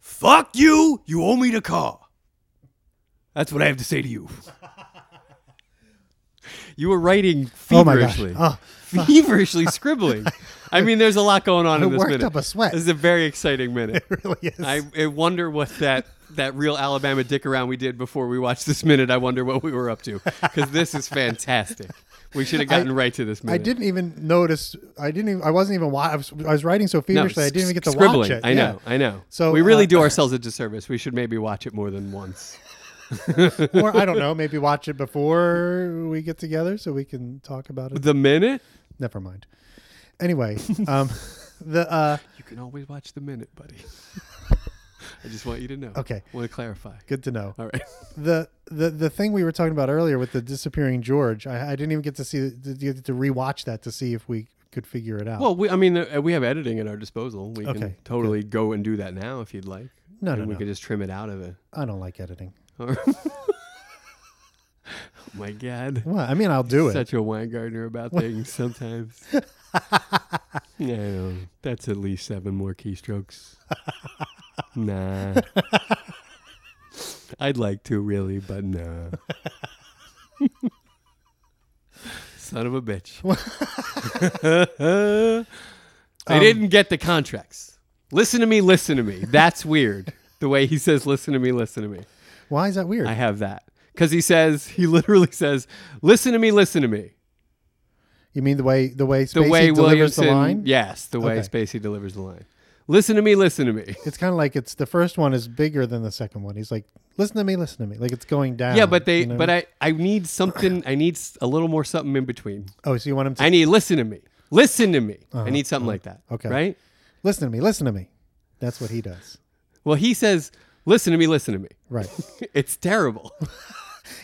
Speaker 1: Fuck you! You owe me the car. That's what I have to say to you. You were writing
Speaker 2: Oh my gosh.
Speaker 1: feverishly,
Speaker 2: Oh,
Speaker 1: feverishly scribbling. I mean, there's a lot going on
Speaker 2: I
Speaker 1: in this
Speaker 2: worked
Speaker 1: minute.
Speaker 2: up a sweat.
Speaker 1: This is a very exciting minute.
Speaker 2: it really is.
Speaker 1: I, I wonder what that that real Alabama dick around we did before we watched this minute. I wonder what we were up to because this is fantastic. We should have gotten right to this minute.
Speaker 2: I didn't even notice. I didn't. Even, I wasn't even. Wa- I, was, I was writing so
Speaker 1: No,
Speaker 2: feverishly. I didn't even get to
Speaker 1: scribbling.
Speaker 2: watch it.
Speaker 1: I know.
Speaker 2: Yeah.
Speaker 1: I know. So
Speaker 2: So,
Speaker 1: we really
Speaker 2: uh,
Speaker 1: do ourselves a disservice. We should maybe watch it more than once.
Speaker 2: or I don't know. Maybe watch it before we get together so we can talk about it.
Speaker 1: The minute
Speaker 2: Never mind. Anyway, um, the uh,
Speaker 1: you can always watch the minute, buddy. I just want you to know.
Speaker 2: Okay.
Speaker 1: Want to clarify?
Speaker 2: good to know.
Speaker 1: All right.
Speaker 2: the the the thing we were talking about earlier with the disappearing George, I, I didn't even get to see to, get to rewatch that to see if we could figure it out.
Speaker 1: Well, we, I mean, uh, we have editing at our disposal. We can
Speaker 2: Okay,
Speaker 1: totally go and do that now if you'd like.
Speaker 2: No,
Speaker 1: and
Speaker 2: no,
Speaker 1: we
Speaker 2: no.
Speaker 1: could just trim it out of it.
Speaker 2: I don't like editing.
Speaker 1: oh my god.
Speaker 2: Well, I mean, I'll do it.
Speaker 1: Such a Weingartner about things sometimes. yeah, I know. that's at least seven more keystrokes. nah. I'd like to really, but nah. Son of a bitch. they
Speaker 2: Um,
Speaker 1: didn't get the contracts. Listen to me, listen to me. That's weird. The way he says, listen to me, listen to me.
Speaker 2: Why is that weird?
Speaker 1: I have that. Because he says, he literally says, listen to me, listen to me.
Speaker 2: you mean the way the way
Speaker 1: The
Speaker 2: Spacey
Speaker 1: way
Speaker 2: delivers
Speaker 1: Williamson,
Speaker 2: the line?
Speaker 1: yes, the way
Speaker 2: Okay.
Speaker 1: Spacey delivers the line. Listen to me, listen to me.
Speaker 2: It's kind of like it's the first one is bigger than the second one. He's like, listen to me, listen to me. Like it's going down.
Speaker 1: yeah, but they,
Speaker 2: you know?
Speaker 1: but I, I need something. I need s- a little more something in between.
Speaker 2: Oh, so you want him to
Speaker 1: I need listen to me, listen to me. I need something like that.
Speaker 2: Uh-huh, Okay.
Speaker 1: right?
Speaker 2: listen to me, listen to me. That's what he does.
Speaker 1: Well, he says, listen to me, listen to me.
Speaker 2: Right.
Speaker 1: It's terrible.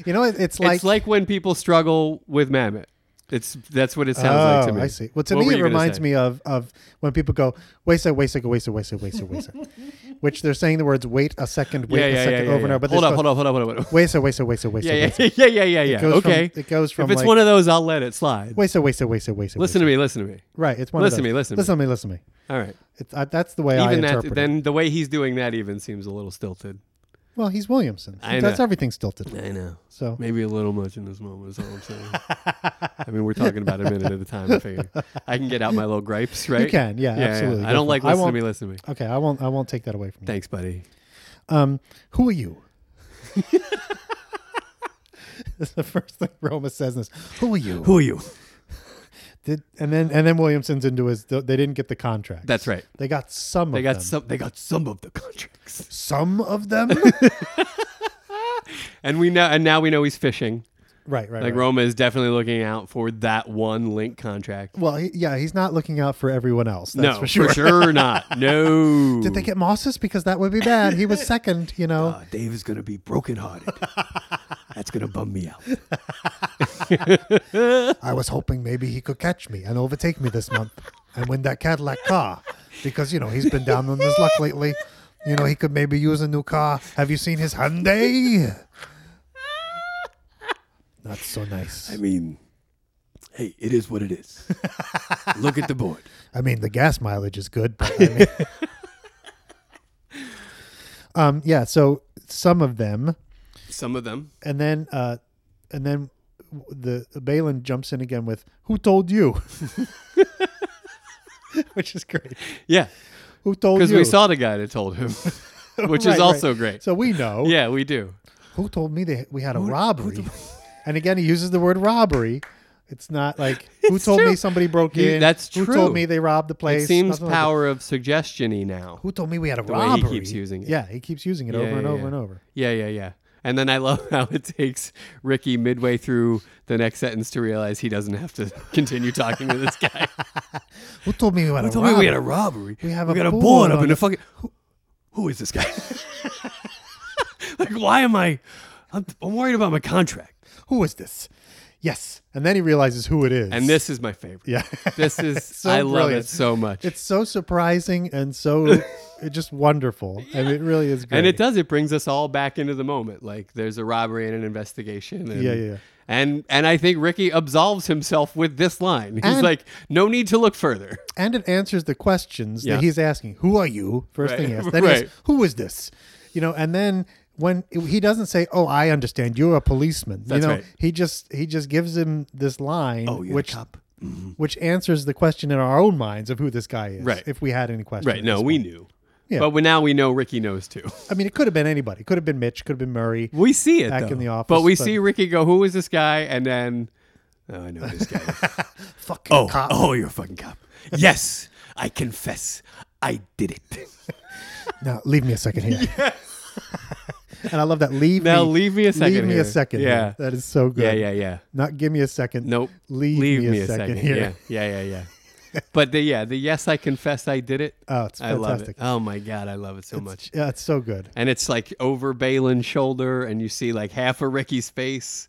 Speaker 2: You know, it, it's like
Speaker 1: it's like when people struggle with Mamet. It's that's what it sounds like to
Speaker 2: Oh,
Speaker 1: me.
Speaker 2: I see. Well, to
Speaker 1: What were
Speaker 2: me,
Speaker 1: you
Speaker 2: it
Speaker 1: gonna
Speaker 2: reminds
Speaker 1: say?
Speaker 2: me of of when people go wait a wait a wait a wait a wait a wait a, which they're saying the words wait a second, wait
Speaker 1: Yeah,
Speaker 2: a
Speaker 1: yeah, yeah,
Speaker 2: second over
Speaker 1: yeah,
Speaker 2: and
Speaker 1: yeah.
Speaker 2: over. But
Speaker 1: Hold up, hold up, hold up, hold up, hold up.
Speaker 2: Wait a wait a wait a wait
Speaker 1: Yeah,
Speaker 2: a
Speaker 1: yeah, yeah, yeah, yeah, yeah.
Speaker 2: goes from-
Speaker 1: Okay,
Speaker 2: it goes from,
Speaker 1: if it's
Speaker 2: like-
Speaker 1: one of those, I'll let it slide.
Speaker 2: wait a wait a wait a wait a.
Speaker 1: listen to me, listen to me.
Speaker 2: Right. It's one.
Speaker 1: Listen to
Speaker 2: of those.
Speaker 1: me, listen to
Speaker 2: Listen to me. Listen to me.
Speaker 1: All right.
Speaker 2: It's, I, that's the way I
Speaker 1: even
Speaker 2: interpret
Speaker 1: that,
Speaker 2: it.
Speaker 1: then the way he's doing that even seems a little stilted.
Speaker 2: Well, he's Williamson.
Speaker 1: I
Speaker 2: He does
Speaker 1: know.
Speaker 2: everything stilted.
Speaker 1: I know.
Speaker 2: So
Speaker 1: Maybe a little much in this moment is all I'm saying. I mean, we're talking about a minute at a time. I figure I can get out my little gripes, right?
Speaker 2: you can, yeah, absolutely.
Speaker 1: I
Speaker 2: Go
Speaker 1: don't
Speaker 2: for
Speaker 1: like
Speaker 2: it. I
Speaker 1: listen to
Speaker 2: won't-
Speaker 1: me, listen to me.
Speaker 2: Okay, I won't. I won't take that away from you.
Speaker 1: Thanks, buddy.
Speaker 2: Um, who are you? That's the first thing Roma says. in This. Who are you?
Speaker 1: Who are you?
Speaker 2: Did, and then and then Williamson's into his. They didn't get the contract.
Speaker 1: That's right.
Speaker 2: They got some.
Speaker 1: They
Speaker 2: of
Speaker 1: got
Speaker 2: them.
Speaker 1: some. They got some of the contracts,
Speaker 2: some of them.
Speaker 1: and we know. And now we know he's fishing.
Speaker 2: right, right.
Speaker 1: Like
Speaker 2: right.
Speaker 1: Roma is definitely looking out for that one link contract.
Speaker 2: Well, he, yeah, he's not looking out for everyone else. That's
Speaker 1: no,
Speaker 2: for sure.
Speaker 1: not. No.
Speaker 2: Did they get Mosses? Because that would be bad. He was second. You know.
Speaker 1: Uh, Dave is gonna be brokenhearted. That's gonna bum me out.
Speaker 2: I was hoping maybe he could catch me and overtake me this month and win that Cadillac car because, you know, he's been down on his luck lately. You know, he could maybe use a new car. Have you seen his Hyundai? Not so nice.
Speaker 1: mean, hey, it is what it is. Look at the board.
Speaker 2: I mean, the gas mileage is good, but I mean. um, yeah, so some of them.
Speaker 1: Some of them.
Speaker 2: And then, uh, and then the Balin jumps in again with, Who told you? Which is great.
Speaker 1: Yeah,
Speaker 2: Who told you?
Speaker 1: because we saw the guy that told him, which
Speaker 2: Right,
Speaker 1: is
Speaker 2: right.
Speaker 1: also great.
Speaker 2: So we know.
Speaker 1: yeah, we do.
Speaker 2: Who told me that we had a robbery? and again, he uses the word robbery. It's not like who
Speaker 1: It's
Speaker 2: told
Speaker 1: true.
Speaker 2: me somebody broke
Speaker 1: You-
Speaker 2: in.
Speaker 1: that's
Speaker 2: Who
Speaker 1: true.
Speaker 2: told me they robbed the place?
Speaker 1: it seems
Speaker 2: Nothing like that.
Speaker 1: power of suggestiony now.
Speaker 2: who told me we had a
Speaker 1: The way he
Speaker 2: robbery?
Speaker 1: keeps using it.
Speaker 2: Yeah, he keeps using it
Speaker 1: Yeah,
Speaker 2: over and
Speaker 1: yeah,
Speaker 2: over
Speaker 1: yeah.
Speaker 2: and over.
Speaker 1: Yeah, yeah, yeah. And then I love how it takes Ricky midway through the next sentence to realize he doesn't have to continue talking to this guy.
Speaker 2: Who told me we had a
Speaker 1: Told
Speaker 2: robbery?
Speaker 1: me we had a robbery.
Speaker 2: We have a
Speaker 1: got a
Speaker 2: board
Speaker 1: board up
Speaker 2: on
Speaker 1: in the
Speaker 2: the-
Speaker 1: fucking. Who, who is this guy? like, why am I? I'm, I'm worried about my contract.
Speaker 2: who is this? Yes. And then he realizes who it is.
Speaker 1: And this is my favorite.
Speaker 2: Yeah.
Speaker 1: This is
Speaker 2: So
Speaker 1: I love
Speaker 2: brilliant.
Speaker 1: it so much.
Speaker 2: It's so surprising and so just wonderful. And it really is great.
Speaker 1: and it does it brings us all back into the moment. Like there's a robbery and an investigation. And,
Speaker 2: Yeah, yeah, yeah.
Speaker 1: And and I think Ricky absolves himself with this line. He's
Speaker 2: And-
Speaker 1: like, no need to look further.
Speaker 2: and it answers the questions
Speaker 1: Yeah.
Speaker 2: that he's asking. Who are you? First
Speaker 1: Right.
Speaker 2: thing he asks. Then he asks,
Speaker 1: Right.
Speaker 2: who is this? You know, and then when he doesn't say, "Oh, I understand. You're a policeman."
Speaker 1: That's
Speaker 2: you know,
Speaker 1: right.
Speaker 2: he just he just gives him this line,
Speaker 1: Oh, you're the
Speaker 2: which
Speaker 1: cop.
Speaker 2: which answers the question in our own minds of who this guy is.
Speaker 1: Right.
Speaker 2: If we had any questions.
Speaker 1: Right. No, we knew.
Speaker 2: Yeah.
Speaker 1: But we, now we know Ricky knows too.
Speaker 2: I mean, it could have been anybody. It could have been Mitch. Could have been Murray.
Speaker 1: We see it
Speaker 2: Back
Speaker 1: though.
Speaker 2: in the office,
Speaker 1: But we
Speaker 2: but-
Speaker 1: see Ricky go, "Who is this guy?" And then, oh, I know who this guy. is."
Speaker 2: Fucking
Speaker 1: oh,
Speaker 2: cop.
Speaker 1: oh, you're a fucking cop. yes, I confess, I did it.
Speaker 2: Now leave me a second here. and I love that. Leave
Speaker 1: Now
Speaker 2: me.
Speaker 1: leave me a second.
Speaker 2: Leave me
Speaker 1: here.
Speaker 2: a second. here.
Speaker 1: Yeah.
Speaker 2: That is so good.
Speaker 1: Yeah. Yeah. Yeah.
Speaker 2: Not give me a second.
Speaker 1: Nope.
Speaker 2: Leave, me, a, second, here.
Speaker 1: Yeah. Yeah. Yeah. Yeah. but the yeah the yes I confess I did it.
Speaker 2: Oh, it's
Speaker 1: I love it.
Speaker 2: fantastic.
Speaker 1: Oh my god, I love it so much.
Speaker 2: Yeah, it's so good.
Speaker 1: and it's like over Balin's shoulder, and you see like half of Ricky's face.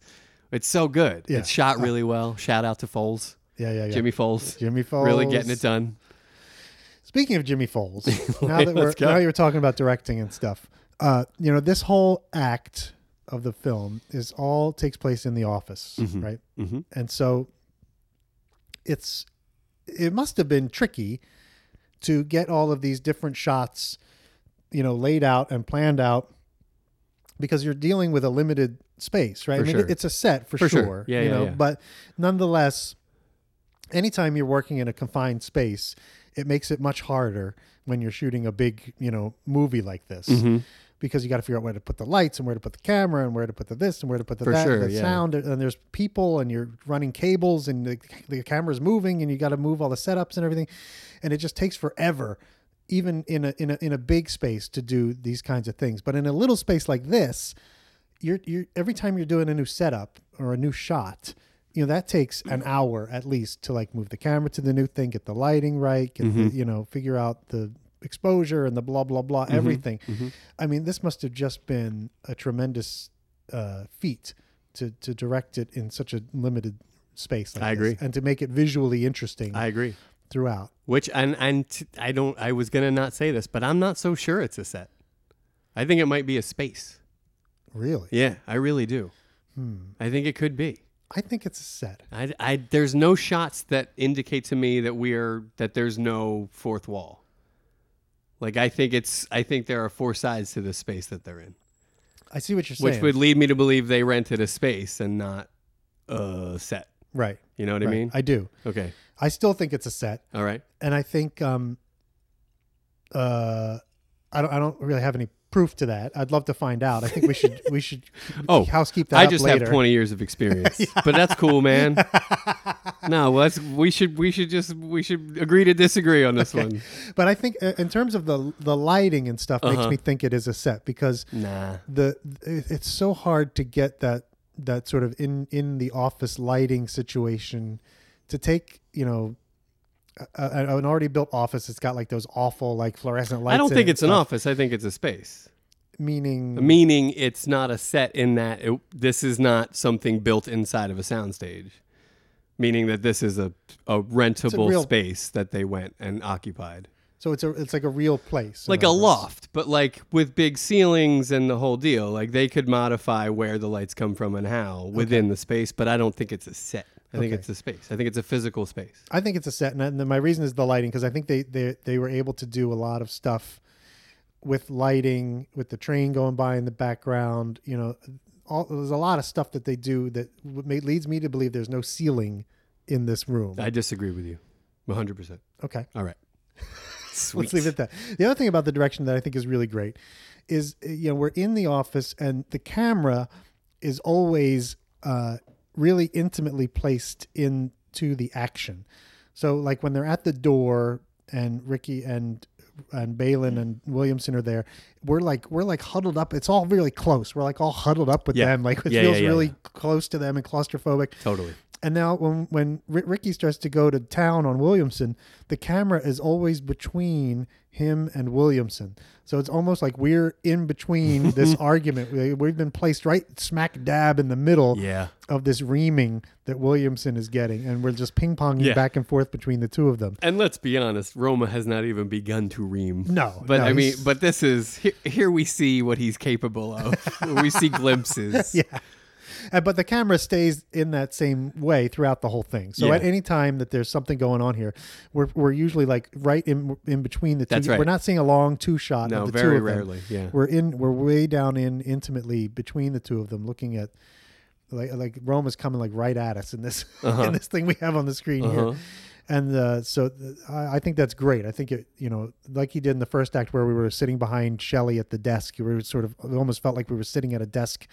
Speaker 1: It's so good.
Speaker 2: Yeah.
Speaker 1: It's shot really well. Shout out to Foles,
Speaker 2: Yeah, yeah, yeah.
Speaker 1: Jimmy Foles,
Speaker 2: Jimmy Foles.
Speaker 1: really getting it done.
Speaker 2: Speaking of Jimmy Foles, now that
Speaker 1: Let's
Speaker 2: we're
Speaker 1: go.
Speaker 2: now you're talking about directing and stuff, uh, you know, this whole act of the film is all takes place in the office, right?
Speaker 1: Mm-hmm.
Speaker 2: And so it's it must have been tricky to get all of these different shots, you know, laid out and planned out because you're dealing with a limited space, right?
Speaker 1: For
Speaker 2: I mean,
Speaker 1: sure.
Speaker 2: it's a set for,
Speaker 1: For
Speaker 2: sure,
Speaker 1: sure. Yeah,
Speaker 2: you
Speaker 1: yeah,
Speaker 2: know,
Speaker 1: yeah.
Speaker 2: but nonetheless anytime you're working in a confined space, it makes it much harder when you're shooting a big, you know, movie like this.
Speaker 1: Mm-hmm.
Speaker 2: Because you got to figure out where to put the lights and where to put the camera and where to put the this and where to put the
Speaker 1: For
Speaker 2: that
Speaker 1: sure,
Speaker 2: and the
Speaker 1: yeah.
Speaker 2: sound and there's people and you're running cables and the, the camera's moving and you got to move all the setups and everything, and it just takes forever, even in a in a in a big space to do these kinds of things. But in a little space like this, you're you're every time you're doing a new setup or a new shot you know that takes an hour at least to like move the camera to the new thing get the lighting right get
Speaker 1: Mm-hmm.
Speaker 2: the, you know figure out the exposure and the blah blah blah everything
Speaker 1: Mm-hmm.
Speaker 2: i mean this must have just been a tremendous uh, feat to to direct it in such a limited space like
Speaker 1: I
Speaker 2: this,
Speaker 1: agree.
Speaker 2: and to make it visually interesting
Speaker 1: I agree.
Speaker 2: throughout
Speaker 1: Which and and t- I don't. I was gonna not say this, but I'm not so sure it's a set. I think it might be a space.
Speaker 2: really
Speaker 1: Yeah, I really do.
Speaker 2: Hmm.
Speaker 1: I think it could be.
Speaker 2: i think it's a set
Speaker 1: I, I there's no shots that indicate to me that we are that there's no fourth wall. Like I think it's I think there are four sides to the space that they're in,
Speaker 2: i see what you're saying
Speaker 1: which would lead me to believe they rented a space and not a set.
Speaker 2: right
Speaker 1: You know what
Speaker 2: right.
Speaker 1: I mean?
Speaker 2: i do
Speaker 1: okay.
Speaker 2: i still think it's a set
Speaker 1: All right.
Speaker 2: and I think um, uh, I don't I don't really have any proof to that. I'd love to find out. I think we should we should
Speaker 1: Oh,
Speaker 2: housekeep that.
Speaker 1: I
Speaker 2: up
Speaker 1: just
Speaker 2: later.
Speaker 1: have 20 years of experience, but that's cool, man. no, well, that's, we should we should just we should agree to disagree on this one.
Speaker 2: But I think uh, in terms of the the lighting and stuff
Speaker 1: Uh-huh.
Speaker 2: makes me think it is a set because
Speaker 1: Nah.
Speaker 2: the it, it's so hard to get that that sort of in in the office lighting situation to take you know. A, a, an already built office. It's got like those awful like fluorescent lights.
Speaker 1: I don't
Speaker 2: in
Speaker 1: think
Speaker 2: it and
Speaker 1: it's an
Speaker 2: stuff,
Speaker 1: office. I think it's a space.
Speaker 2: Meaning,
Speaker 1: meaning it's not a set in that it, this is not something built inside of a soundstage meaning that this is a, a rentable
Speaker 2: real-
Speaker 1: space that they went and occupied
Speaker 2: so it's a it's like a real place, in
Speaker 1: like a
Speaker 2: other words.
Speaker 1: loft but like with big ceilings and the whole deal like they could modify where the lights come from and how within the space but i don't think it's a set i think
Speaker 2: Okay.
Speaker 1: it's a space i think it's a physical space
Speaker 2: I think it's a set, and, I- and my reason is the lighting because I think they, they they were able to do a lot of stuff with lighting, with the train going by in the background. You know, all, there's a lot of stuff that they do that would ma- leads me to believe there's no ceiling in this room.
Speaker 1: i disagree with you 100%
Speaker 2: okay,
Speaker 1: all right Sweet.
Speaker 2: let's leave it at that. The other thing about the direction that I think is really great is uh, you know we're in the office and the camera is always uh, really intimately placed into the action. So like when they're at the door and Ricky and and Balin and Williamson are there, we're like we're like huddled up. It's all really close. We're like all huddled up with
Speaker 1: Yeah.
Speaker 2: them. Like it
Speaker 1: Yeah, yeah,
Speaker 2: feels
Speaker 1: yeah,
Speaker 2: really
Speaker 1: yeah.
Speaker 2: close to them and claustrophobic
Speaker 1: totally
Speaker 2: And now when when Ri- Ricky starts to go to town on Williamson, the camera is always between him and Williamson. So it's almost like we're in between this argument. We- We've been placed right smack dab in the middle
Speaker 1: Yeah.
Speaker 2: of this reaming that Williamson is getting, and we're just ping ponging
Speaker 1: Yeah.
Speaker 2: back and forth between the two of them.
Speaker 1: And let's be honest, Roma has not even begun to ream.
Speaker 2: No,
Speaker 1: But
Speaker 2: no,
Speaker 1: I mean,
Speaker 2: he's-
Speaker 1: but this is here, here we see what he's capable of. we see glimpses.
Speaker 2: Yeah. Uh, but the camera stays in that same way throughout the whole thing. So
Speaker 1: Yeah.
Speaker 2: at any time that there's something going on here, we're, we're usually like right in in between the two.
Speaker 1: That's right.
Speaker 2: We're not seeing a long two shot.
Speaker 1: No,
Speaker 2: of the
Speaker 1: very
Speaker 2: two of them.
Speaker 1: rarely, yeah.
Speaker 2: we're in we're way down in intimately between the two of them, looking at like like Rome is coming like right at us in this
Speaker 1: Uh-huh.
Speaker 2: in this thing we have on the screen here. And uh, so th- I, I think that's great. I think it, you know, like he did in the first act where we were sitting behind Shelley at the desk. We were sort of it almost felt like we were sitting at a desk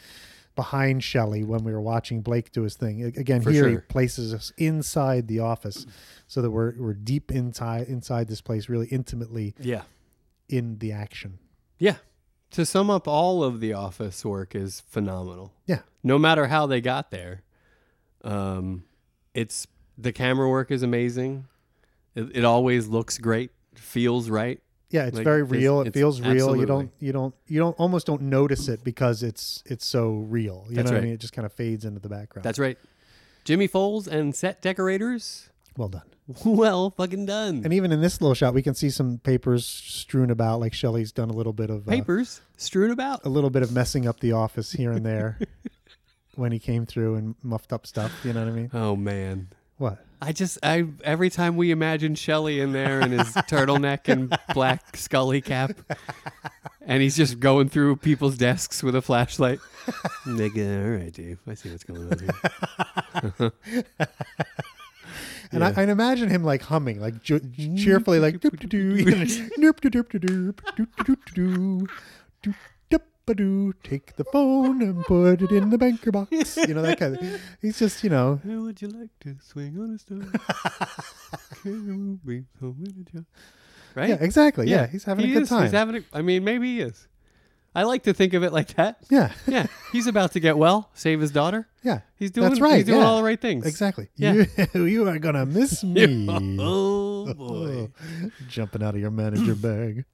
Speaker 2: behind Shelley when we were watching Blake do his thing. A- Again,
Speaker 1: For
Speaker 2: here he
Speaker 1: sure.
Speaker 2: places us inside the office, so that we're we're deep inside inside this place, really intimately
Speaker 1: Yeah.
Speaker 2: in the action.
Speaker 1: Yeah. To sum up, all of the office work is phenomenal.
Speaker 2: Yeah,
Speaker 1: No matter how they got there, um, it's the camera work is amazing. It, it always looks great, feels right.
Speaker 2: yeah, it's
Speaker 1: Like,
Speaker 2: very
Speaker 1: it's-
Speaker 2: real.
Speaker 1: it's
Speaker 2: it feels real. You don't
Speaker 1: absolutely.
Speaker 2: you don't you don't almost don't notice it because it's it's so real. You
Speaker 1: That's
Speaker 2: know what I
Speaker 1: right.
Speaker 2: mean? It just kind of fades into the background.
Speaker 1: That's right. Jimmy Foles and set decorators,
Speaker 2: well done.
Speaker 1: well fucking done.
Speaker 2: And even in this little shot, we can see some papers strewn about. Like Shelley's done a little bit of uh,
Speaker 1: Papers strewn about.
Speaker 2: a little bit of messing up the office here and there when he came through and muffed up stuff. You know what I mean?
Speaker 1: Oh man.
Speaker 2: What?
Speaker 1: I just I every time we imagine Shelley in there in his turtleneck and black scully cap and he's just going through people's desks with a flashlight. Nigga, all right, Dave. I see what's going on here.
Speaker 2: And I, I imagine him like humming, like ju-
Speaker 1: Mm-hmm.
Speaker 2: cheerfully, like doop doo doo, doop doo doop doo doop, doop doo doop doo doo, doop a doo. Take the phone and put it in the banker box. You know that kind of. He's just you know
Speaker 1: How would you like to swing on a stone? Can you be so in a jar? right?
Speaker 2: yeah exactly yeah, he's having
Speaker 1: He
Speaker 2: a good
Speaker 1: is.
Speaker 2: time
Speaker 1: He's having a, I mean, maybe he is. I like to think of it like that.
Speaker 2: yeah
Speaker 1: Yeah, he's about to get well, save his daughter.
Speaker 2: yeah
Speaker 1: He's doing
Speaker 2: that's right
Speaker 1: he's doing
Speaker 2: yeah.
Speaker 1: all the right things.
Speaker 2: exactly
Speaker 1: Yeah.
Speaker 2: you you are gonna miss me
Speaker 1: Oh boy.
Speaker 2: jumping out of your manager bag.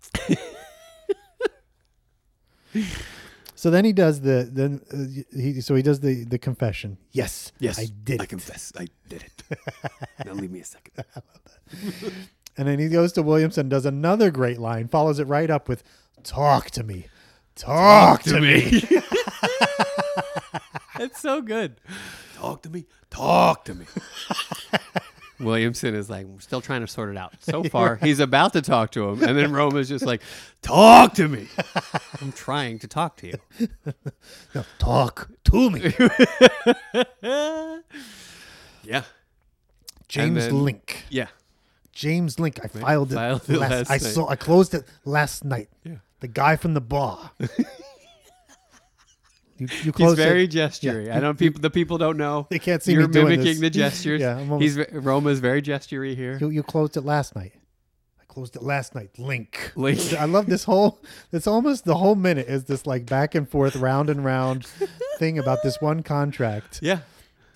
Speaker 2: so then he does the then uh, he so he does the the confession. Yes,
Speaker 1: Yes.
Speaker 2: I did.
Speaker 1: I
Speaker 2: it.
Speaker 1: confess. I did it. now leave me a second.
Speaker 2: And then he goes to Williamson, does another great line, follows it right up with, "Talk to me, talk, to me."
Speaker 1: That's so good. Talk to me. Talk to me. Williamson is like, we're still trying to sort it out. So far, he's about to talk to him. And then Roma's just like, talk to me. I'm trying to talk to you.
Speaker 2: No, talk to me,
Speaker 1: Yeah.
Speaker 2: James
Speaker 1: then-
Speaker 2: Link.
Speaker 1: Yeah.
Speaker 2: James Link, I filed it.
Speaker 1: filed it
Speaker 2: last,
Speaker 1: last
Speaker 2: I
Speaker 1: night.
Speaker 2: saw. I closed it last night.
Speaker 1: Yeah.
Speaker 2: The guy from the bar. you, you
Speaker 1: He's
Speaker 2: closed
Speaker 1: very
Speaker 2: it.
Speaker 1: gestury. I know people. the people don't know.
Speaker 2: They can't see
Speaker 1: You're
Speaker 2: me doing
Speaker 1: mimicking
Speaker 2: this.
Speaker 1: the gestures.
Speaker 2: Yeah, I'm
Speaker 1: He's ve- Roma's very gestury here.
Speaker 2: You, you closed it last night. I closed it last night. Link.
Speaker 1: Link.
Speaker 2: I love this whole. It's almost the whole minute is this like back and forth, round and round thing about this one contract.
Speaker 1: Yeah.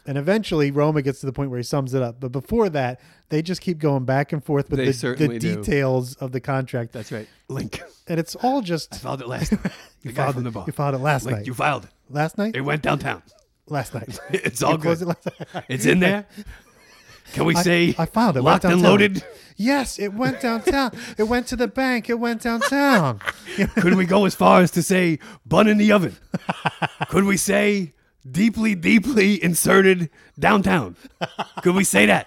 Speaker 2: And eventually Roma gets to the point where he sums it up. But before that, they just keep going back and forth with
Speaker 1: They
Speaker 2: the, the
Speaker 1: certainly do.
Speaker 2: details of the contract.
Speaker 1: That's right. Link.
Speaker 2: And it's all just
Speaker 1: Filed it last night. You
Speaker 2: filed
Speaker 1: filed from
Speaker 2: it-
Speaker 1: the bar.
Speaker 2: You filed it last
Speaker 1: Link,
Speaker 2: night.
Speaker 1: you filed it.
Speaker 2: last night.
Speaker 1: It went downtown.
Speaker 2: last night.
Speaker 1: It's
Speaker 2: You
Speaker 1: all
Speaker 2: closed
Speaker 1: good.
Speaker 2: it last night.
Speaker 1: It's in there. Can we
Speaker 2: I-
Speaker 1: say
Speaker 2: I found it.
Speaker 1: Locked
Speaker 2: went
Speaker 1: and
Speaker 2: downtown.
Speaker 1: loaded.
Speaker 2: Yes, it went downtown. it went to the bank. It went downtown.
Speaker 1: Could we go as far as to say bun in the oven? Could we say deeply, deeply inserted downtown? Could we say that?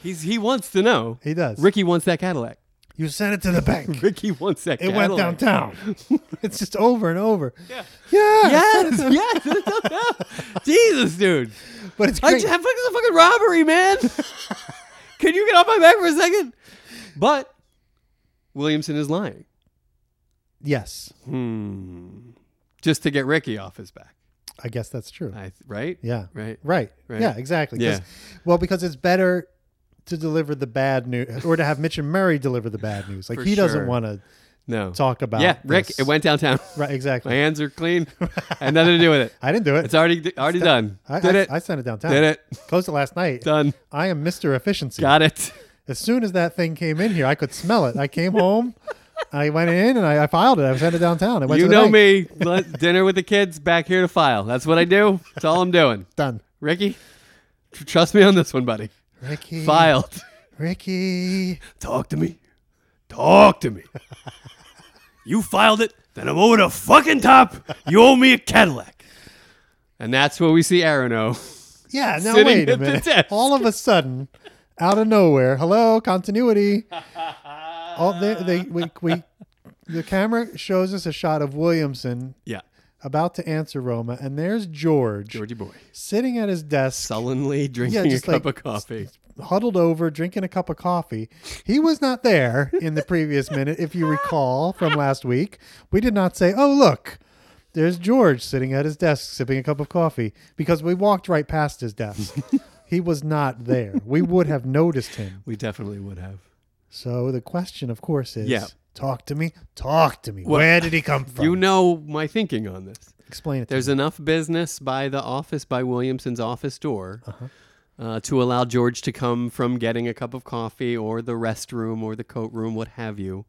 Speaker 1: He's he wants to know.
Speaker 2: He does.
Speaker 1: Ricky wants that Cadillac.
Speaker 2: You sent it to the bank.
Speaker 1: Ricky wants that
Speaker 2: It
Speaker 1: Cadillac.
Speaker 2: went downtown. it's just over and over. Yeah.
Speaker 1: Yes, yes, it went downtown. Jesus, dude.
Speaker 2: But it's
Speaker 1: I
Speaker 2: great.
Speaker 1: just, fucking a fucking robbery, man. Can you get off my back for a second? But Williamson is lying.
Speaker 2: yes,
Speaker 1: just to get Ricky off his back.
Speaker 2: I guess that's true.
Speaker 1: I th- right?
Speaker 2: yeah.
Speaker 1: Right.
Speaker 2: Right.
Speaker 1: Right.
Speaker 2: Yeah, exactly. 'Cause-
Speaker 1: Yeah.
Speaker 2: Well, because it's better to deliver the bad news or to have Mitch and Murray deliver the bad news. Like
Speaker 1: For
Speaker 2: he doesn't
Speaker 1: sure.
Speaker 2: want to
Speaker 1: No.
Speaker 2: talk about.
Speaker 1: yeah, Rick,
Speaker 2: this.
Speaker 1: it went downtown.
Speaker 2: right.
Speaker 1: My
Speaker 2: Exactly.
Speaker 1: hands are clean. Had nothing to do with it.
Speaker 2: I didn't do it.
Speaker 1: It's already already done.
Speaker 2: I,
Speaker 1: Did
Speaker 2: I,
Speaker 1: it.
Speaker 2: I sent it downtown.
Speaker 1: Did it.
Speaker 2: Closed it last night.
Speaker 1: Done.
Speaker 2: I am Mr. Efficiency.
Speaker 1: Got it.
Speaker 2: As soon as that thing came in here, I could smell it. I came home, I went in and I, I filed it. I sent it downtown. I went
Speaker 1: You
Speaker 2: to the
Speaker 1: know
Speaker 2: bank.
Speaker 1: me. Let- dinner with the kids. Back here to file. That's what I do. That's all I'm doing.
Speaker 2: Done.
Speaker 1: Ricky, tr- trust me on this one, buddy.
Speaker 2: Ricky.
Speaker 1: Filed.
Speaker 2: Ricky.
Speaker 1: Talk to me. Talk to me. you filed it, then I'm over the fucking top. You owe me a Cadillac. And that's where we see Aaron O.
Speaker 2: Yeah, now
Speaker 1: Sitting
Speaker 2: wait a
Speaker 1: at the
Speaker 2: minute.
Speaker 1: desk.
Speaker 2: All of a sudden, out of nowhere, hello, continuity. All they, they we, we the camera shows us a shot of Williamson
Speaker 1: Yeah.
Speaker 2: about to answer Roma, and there's George
Speaker 1: Georgie boy.
Speaker 2: sitting at his desk,
Speaker 1: Sullenly drinking a
Speaker 2: just
Speaker 1: cup
Speaker 2: like-
Speaker 1: of coffee.
Speaker 2: huddled over, drinking a cup of coffee. He was not there in the previous minute, if you recall from last week. We did not say, oh, look, there's George sitting at his desk sipping a cup of coffee because we walked right past his desk. he was not there. We would have noticed him.
Speaker 1: We definitely would have.
Speaker 2: So the question, of course, is
Speaker 1: Yeah.
Speaker 2: talk to me, talk to me.
Speaker 1: Well,
Speaker 2: Where did he come from?
Speaker 1: You know my thinking on this.
Speaker 2: Explain it to
Speaker 1: There's
Speaker 2: me.
Speaker 1: enough business by the office, by Williamson's office door,
Speaker 2: Uh-huh.
Speaker 1: uh, to allow George to come from getting a cup of coffee or the restroom or the coat room, what have you.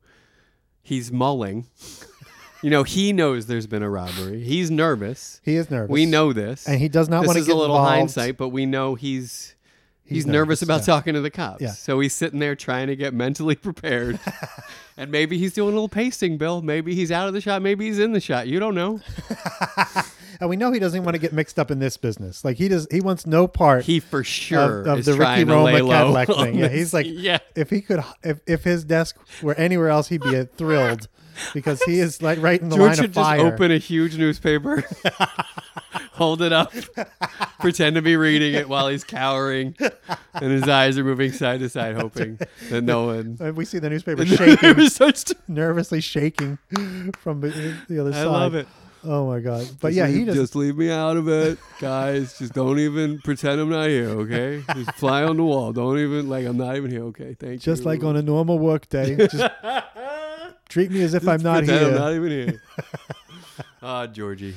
Speaker 1: He's mulling. you know, he knows there's been a robbery. He's nervous.
Speaker 2: He is nervous.
Speaker 1: We know this.
Speaker 2: And he does not
Speaker 1: this
Speaker 2: want to
Speaker 1: is
Speaker 2: get
Speaker 1: a little
Speaker 2: involved.
Speaker 1: hindsight, but we know he's. He's,
Speaker 2: He's
Speaker 1: nervous,
Speaker 2: nervous,
Speaker 1: about
Speaker 2: yeah.
Speaker 1: talking to the cops.
Speaker 2: Yeah.
Speaker 1: So he's sitting there trying to get mentally prepared. and maybe he's doing a little pacing, Bill. Maybe he's out of the shot. Maybe he's in the shot. You don't know.
Speaker 2: And we know he doesn't want to get mixed up in this business. Like he does, he wants no part.
Speaker 1: he for sure
Speaker 2: of, of
Speaker 1: is
Speaker 2: the Ricky
Speaker 1: trying to lay
Speaker 2: Roma
Speaker 1: low
Speaker 2: Cadillac
Speaker 1: on
Speaker 2: thing. Yeah,
Speaker 1: this.
Speaker 2: he's like,
Speaker 1: yeah,
Speaker 2: if he could, if, if his desk were anywhere else, he'd be uh, thrilled because he is like right in the
Speaker 1: George
Speaker 2: line
Speaker 1: should
Speaker 2: of fire.
Speaker 1: just open a huge newspaper, hold it up, pretend to be reading it while he's cowering, and his eyes are moving side to side, hoping that no one.
Speaker 2: And Uh, we see the newspaper
Speaker 1: It
Speaker 2: shaking,
Speaker 1: was such-
Speaker 2: nervously shaking from the the other
Speaker 1: I
Speaker 2: side.
Speaker 1: love it.
Speaker 2: Oh my god! But
Speaker 1: Just
Speaker 2: yeah,
Speaker 1: leave,
Speaker 2: he just,
Speaker 1: just leave me out of it, guys. Just don't even pretend I'm not here, okay? Just fly on the wall. Don't even like I'm not even here, okay? Thank you.
Speaker 2: just like on a normal work day, just treat me as if I'm not
Speaker 1: pretend
Speaker 2: here.
Speaker 1: I'm not even here. Ah, Georgie.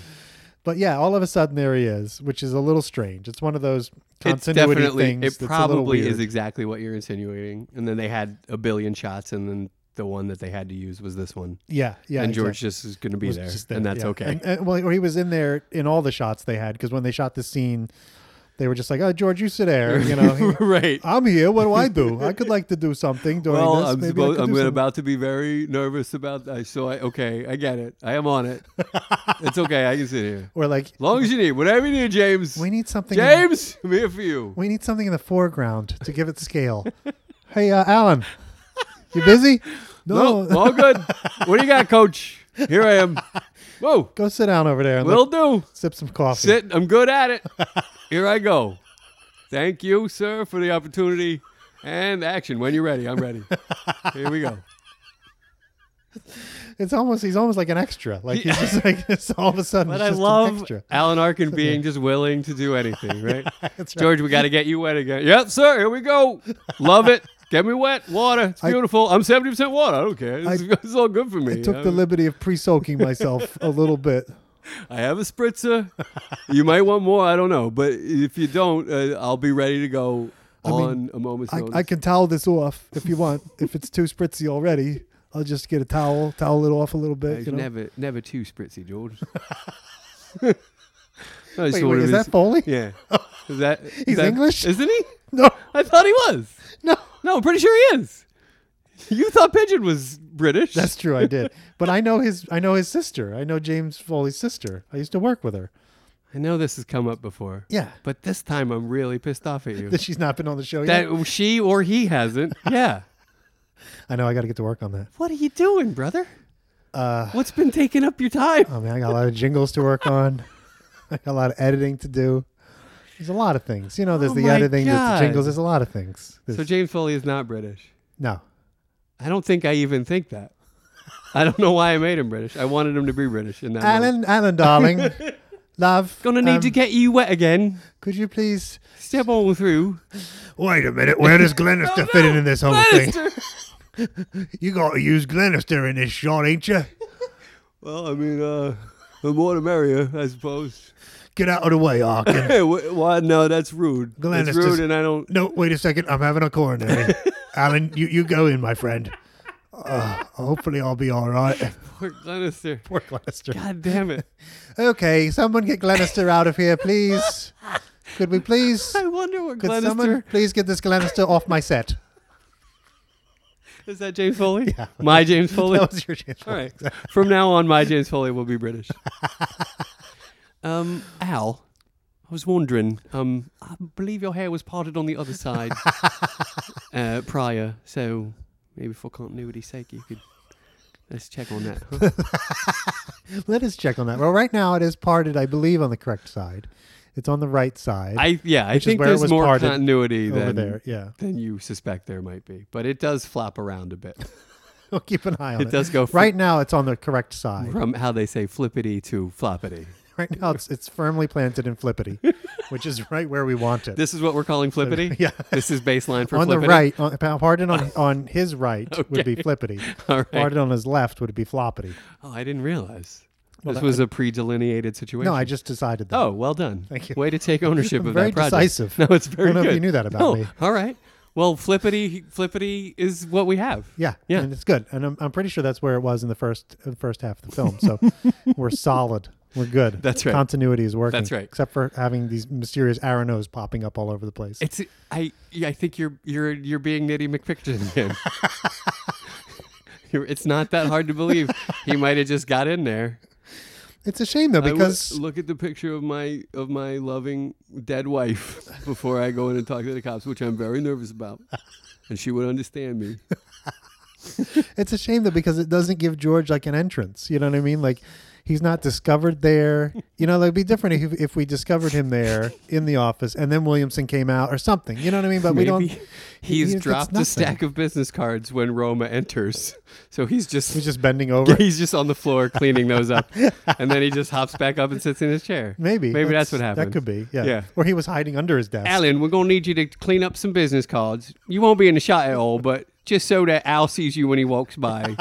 Speaker 2: But yeah, all of a sudden there he is, which is a little strange. It's one of those
Speaker 1: it's
Speaker 2: continuity
Speaker 1: definitely
Speaker 2: things.
Speaker 1: it
Speaker 2: that's a little
Speaker 1: probably
Speaker 2: weird.
Speaker 1: is exactly what you're insinuating and then they had a billion shots and then the one that they had to use was this one
Speaker 2: Yeah, yeah.
Speaker 1: and
Speaker 2: exactly.
Speaker 1: george just is going to be
Speaker 2: was
Speaker 1: there,
Speaker 2: just
Speaker 1: and
Speaker 2: there,
Speaker 1: that's
Speaker 2: yeah.
Speaker 1: okay
Speaker 2: And- and- well, or he was in there in all the shots they had because when they shot the scene, they were just like, "Oh, George, you sit there." You know, he-
Speaker 1: right
Speaker 2: I'm here. What do I do? I could like to do something during
Speaker 1: well
Speaker 2: this.
Speaker 1: i'm,
Speaker 2: Maybe I
Speaker 1: supposed,
Speaker 2: could
Speaker 1: I'm
Speaker 2: do
Speaker 1: gonna
Speaker 2: something."
Speaker 1: about to be very nervous about that so i okay i get it i am on it it's okay i can sit here
Speaker 2: Or like,
Speaker 1: long as you need whatever you need james
Speaker 2: we need something. in the-
Speaker 1: james i'm here for you
Speaker 2: we need something in the foreground to give it scale. hey, uh, Alan, you busy?
Speaker 1: no all good what do you got coach here i am whoa
Speaker 2: Go sit down over there and
Speaker 1: will
Speaker 2: let-
Speaker 1: do
Speaker 2: sip some coffee.
Speaker 1: Sit. I'm good at it. Here I go. Thank you, sir, for the opportunity and action. When you're ready, I'm ready. Here we go.
Speaker 2: It's almost he's almost like an extra. Like he's just like it's all of a sudden.
Speaker 1: But
Speaker 2: he's
Speaker 1: I
Speaker 2: just an
Speaker 1: love
Speaker 2: extra.
Speaker 1: Alan Arkin being just willing to do anything, right?
Speaker 2: That's right.
Speaker 1: George, we got to get you wet again. Yep, sir. Here we go. Love it. Get me wet. Water. It's
Speaker 2: I-
Speaker 1: beautiful. I'm 70% water. I don't care. This,
Speaker 2: I-
Speaker 1: is, this is all good for me.
Speaker 2: I took the
Speaker 1: I'm-
Speaker 2: liberty of pre-soaking myself a little bit.
Speaker 1: I have a spritzer. you might want more. I don't know. But if you don't, uh, I'll be ready to go
Speaker 2: mean,
Speaker 1: on a moment's
Speaker 2: I,
Speaker 1: notice.
Speaker 2: I can towel this off if you want. if it's too spritzy already, I'll just get a towel, towel it off a little bit.
Speaker 1: It's
Speaker 2: You know?
Speaker 1: never, never too spritzy, George. I just
Speaker 2: wait,
Speaker 1: wanted
Speaker 2: wait, is
Speaker 1: to
Speaker 2: that
Speaker 1: s-
Speaker 2: Foley?
Speaker 1: Yeah. Is that is
Speaker 2: He's
Speaker 1: that-
Speaker 2: English?
Speaker 1: Isn't he?
Speaker 2: No,
Speaker 1: I thought he was.
Speaker 2: no,
Speaker 1: No, I'm pretty sure he is. You thought Pigeon was British.
Speaker 2: that's true. I did, but I know his. I know his sister. I know James Foley's sister. I used to work with her.
Speaker 1: I know this has come up before.
Speaker 2: Yeah,
Speaker 1: But this time I'm really pissed off at you.
Speaker 2: that she's not been on the show yet.
Speaker 1: that she or he hasn't. Yeah.
Speaker 2: I know. I got to get to work on that.
Speaker 1: What are you doing, brother?
Speaker 2: Uh,
Speaker 1: What's been taking up your time?
Speaker 2: I mean, I got a lot of jingles to work on. I got a lot of editing to do. There's a lot of things. You know, there's
Speaker 1: Oh
Speaker 2: the
Speaker 1: my
Speaker 2: editing, there's
Speaker 1: God.
Speaker 2: the jingles. There's a lot of things. There's-
Speaker 1: So James Foley is not British.
Speaker 2: no,
Speaker 1: I don't think I even think that. I don't know why I made him British. I wanted him to be British. And that
Speaker 2: Alan,
Speaker 1: moment.
Speaker 2: Alan, darling, love.
Speaker 1: Gonna need
Speaker 2: um,
Speaker 1: to get you wet again.
Speaker 2: Could you please?
Speaker 1: Step on through. Oh,
Speaker 2: Wait a minute. Where does Glenister fit in in this whole thing?
Speaker 1: Lannister!
Speaker 2: You gotta use Glenister in this shot, ain't you?
Speaker 1: Well, I mean, uh, the more the merrier, I suppose.
Speaker 2: Get out of the way, Arkin.
Speaker 1: Hey, wh- why? No, that's rude.
Speaker 2: Glenn,
Speaker 1: that's
Speaker 2: it's
Speaker 1: rude,
Speaker 2: just-
Speaker 1: and I don't.
Speaker 2: No, wait a second. I'm having a coronary. Alan, you, you go in, my friend. Uh, hopefully, I'll be all right.
Speaker 1: Poor Glenister.
Speaker 2: Poor Glenister.
Speaker 1: God damn it.
Speaker 2: Okay, someone get Glenister out of here, please. Could we please?
Speaker 1: I wonder what
Speaker 2: Could
Speaker 1: Glenister.
Speaker 2: someone please get this Glenister off my set?
Speaker 1: Is that James Foley? Yeah. My James Foley?
Speaker 2: That was your chance.
Speaker 1: All right. From now on, my James Foley will be British. um, Al, I was wondering. Um, I believe your hair was parted on the other side uh, prior, so maybe for continuity's sake, you could let's check on that. huh?
Speaker 2: Let us check on that. Well, right now it is parted, I believe, on the correct side. It's on the right side
Speaker 1: I yeah, I
Speaker 2: Which is
Speaker 1: think
Speaker 2: where it
Speaker 1: there's
Speaker 2: was
Speaker 1: more
Speaker 2: parted
Speaker 1: continuity
Speaker 2: over
Speaker 1: than
Speaker 2: there. Yeah,
Speaker 1: than you suspect there might be, but it does flap around a bit
Speaker 2: we'll keep an eye on it.
Speaker 1: It does go fr-
Speaker 2: right now. It's on the correct side.
Speaker 1: from how they say flippity to floppity.
Speaker 2: Right now, it's it's firmly planted in flippity, which is right where we want it.
Speaker 1: This is what we're calling flippity.
Speaker 2: Yeah.
Speaker 1: this is baseline for
Speaker 2: on
Speaker 1: flippity.
Speaker 2: the right, on, pardon on on his right would be
Speaker 1: Okay.
Speaker 2: flippity.
Speaker 1: All right.
Speaker 2: Pardon on his left would be floppity.
Speaker 1: Oh, I didn't realize.
Speaker 2: Well,
Speaker 1: this
Speaker 2: that-
Speaker 1: was a pre-delineated situation.
Speaker 2: No, I just decided that.
Speaker 1: Oh, well done.
Speaker 2: Thank you.
Speaker 1: Way to take ownership of
Speaker 2: Very
Speaker 1: that project.
Speaker 2: decisive.
Speaker 1: No, it's very
Speaker 2: I don't know if
Speaker 1: good.
Speaker 2: you knew that about
Speaker 1: No,
Speaker 2: me.
Speaker 1: All right. Well, flippity flippity is what we have.
Speaker 2: Yeah,
Speaker 1: Yeah.
Speaker 2: and it's good, and I'm, I'm pretty sure that's where it was in the first uh, first half of the film. So we're solid, we're good.
Speaker 1: That's right.
Speaker 2: Continuity is working.
Speaker 1: That's right.
Speaker 2: Except for having these mysterious arrows popping up all over the place.
Speaker 1: It's I yeah, I think you're you're you're being nitty McFiction again. You're- it's not that hard to believe he might have just got in there.
Speaker 2: It's a shame though
Speaker 1: I would
Speaker 2: because
Speaker 1: look at the picture of my of my loving dead wife before I go in and talk to the cops, which I'm very nervous about, and she would understand me.
Speaker 2: it's a shame though because it doesn't give George like an entrance. You know what I mean? Like he's not discovered there. You know, like, it'd be different if, if we discovered him there in the office and then Williamson came out or something. You know what I mean? But we don't. he
Speaker 1: He's
Speaker 2: gets
Speaker 1: dropped
Speaker 2: nothing.
Speaker 1: a stack of business cards when Roma enters, so he's just
Speaker 2: He's just bending over.
Speaker 1: he's just on the floor cleaning those up, and then he just hops back up and sits in his chair.
Speaker 2: Maybe.
Speaker 1: maybe that's, what happened.
Speaker 2: That could be. Yeah.
Speaker 1: Yeah.
Speaker 2: Or he was hiding under his desk.
Speaker 1: Alan, we're gonna need you to clean up some business cards. You won't be in the shot at all, but just so that Al sees you when he walks by,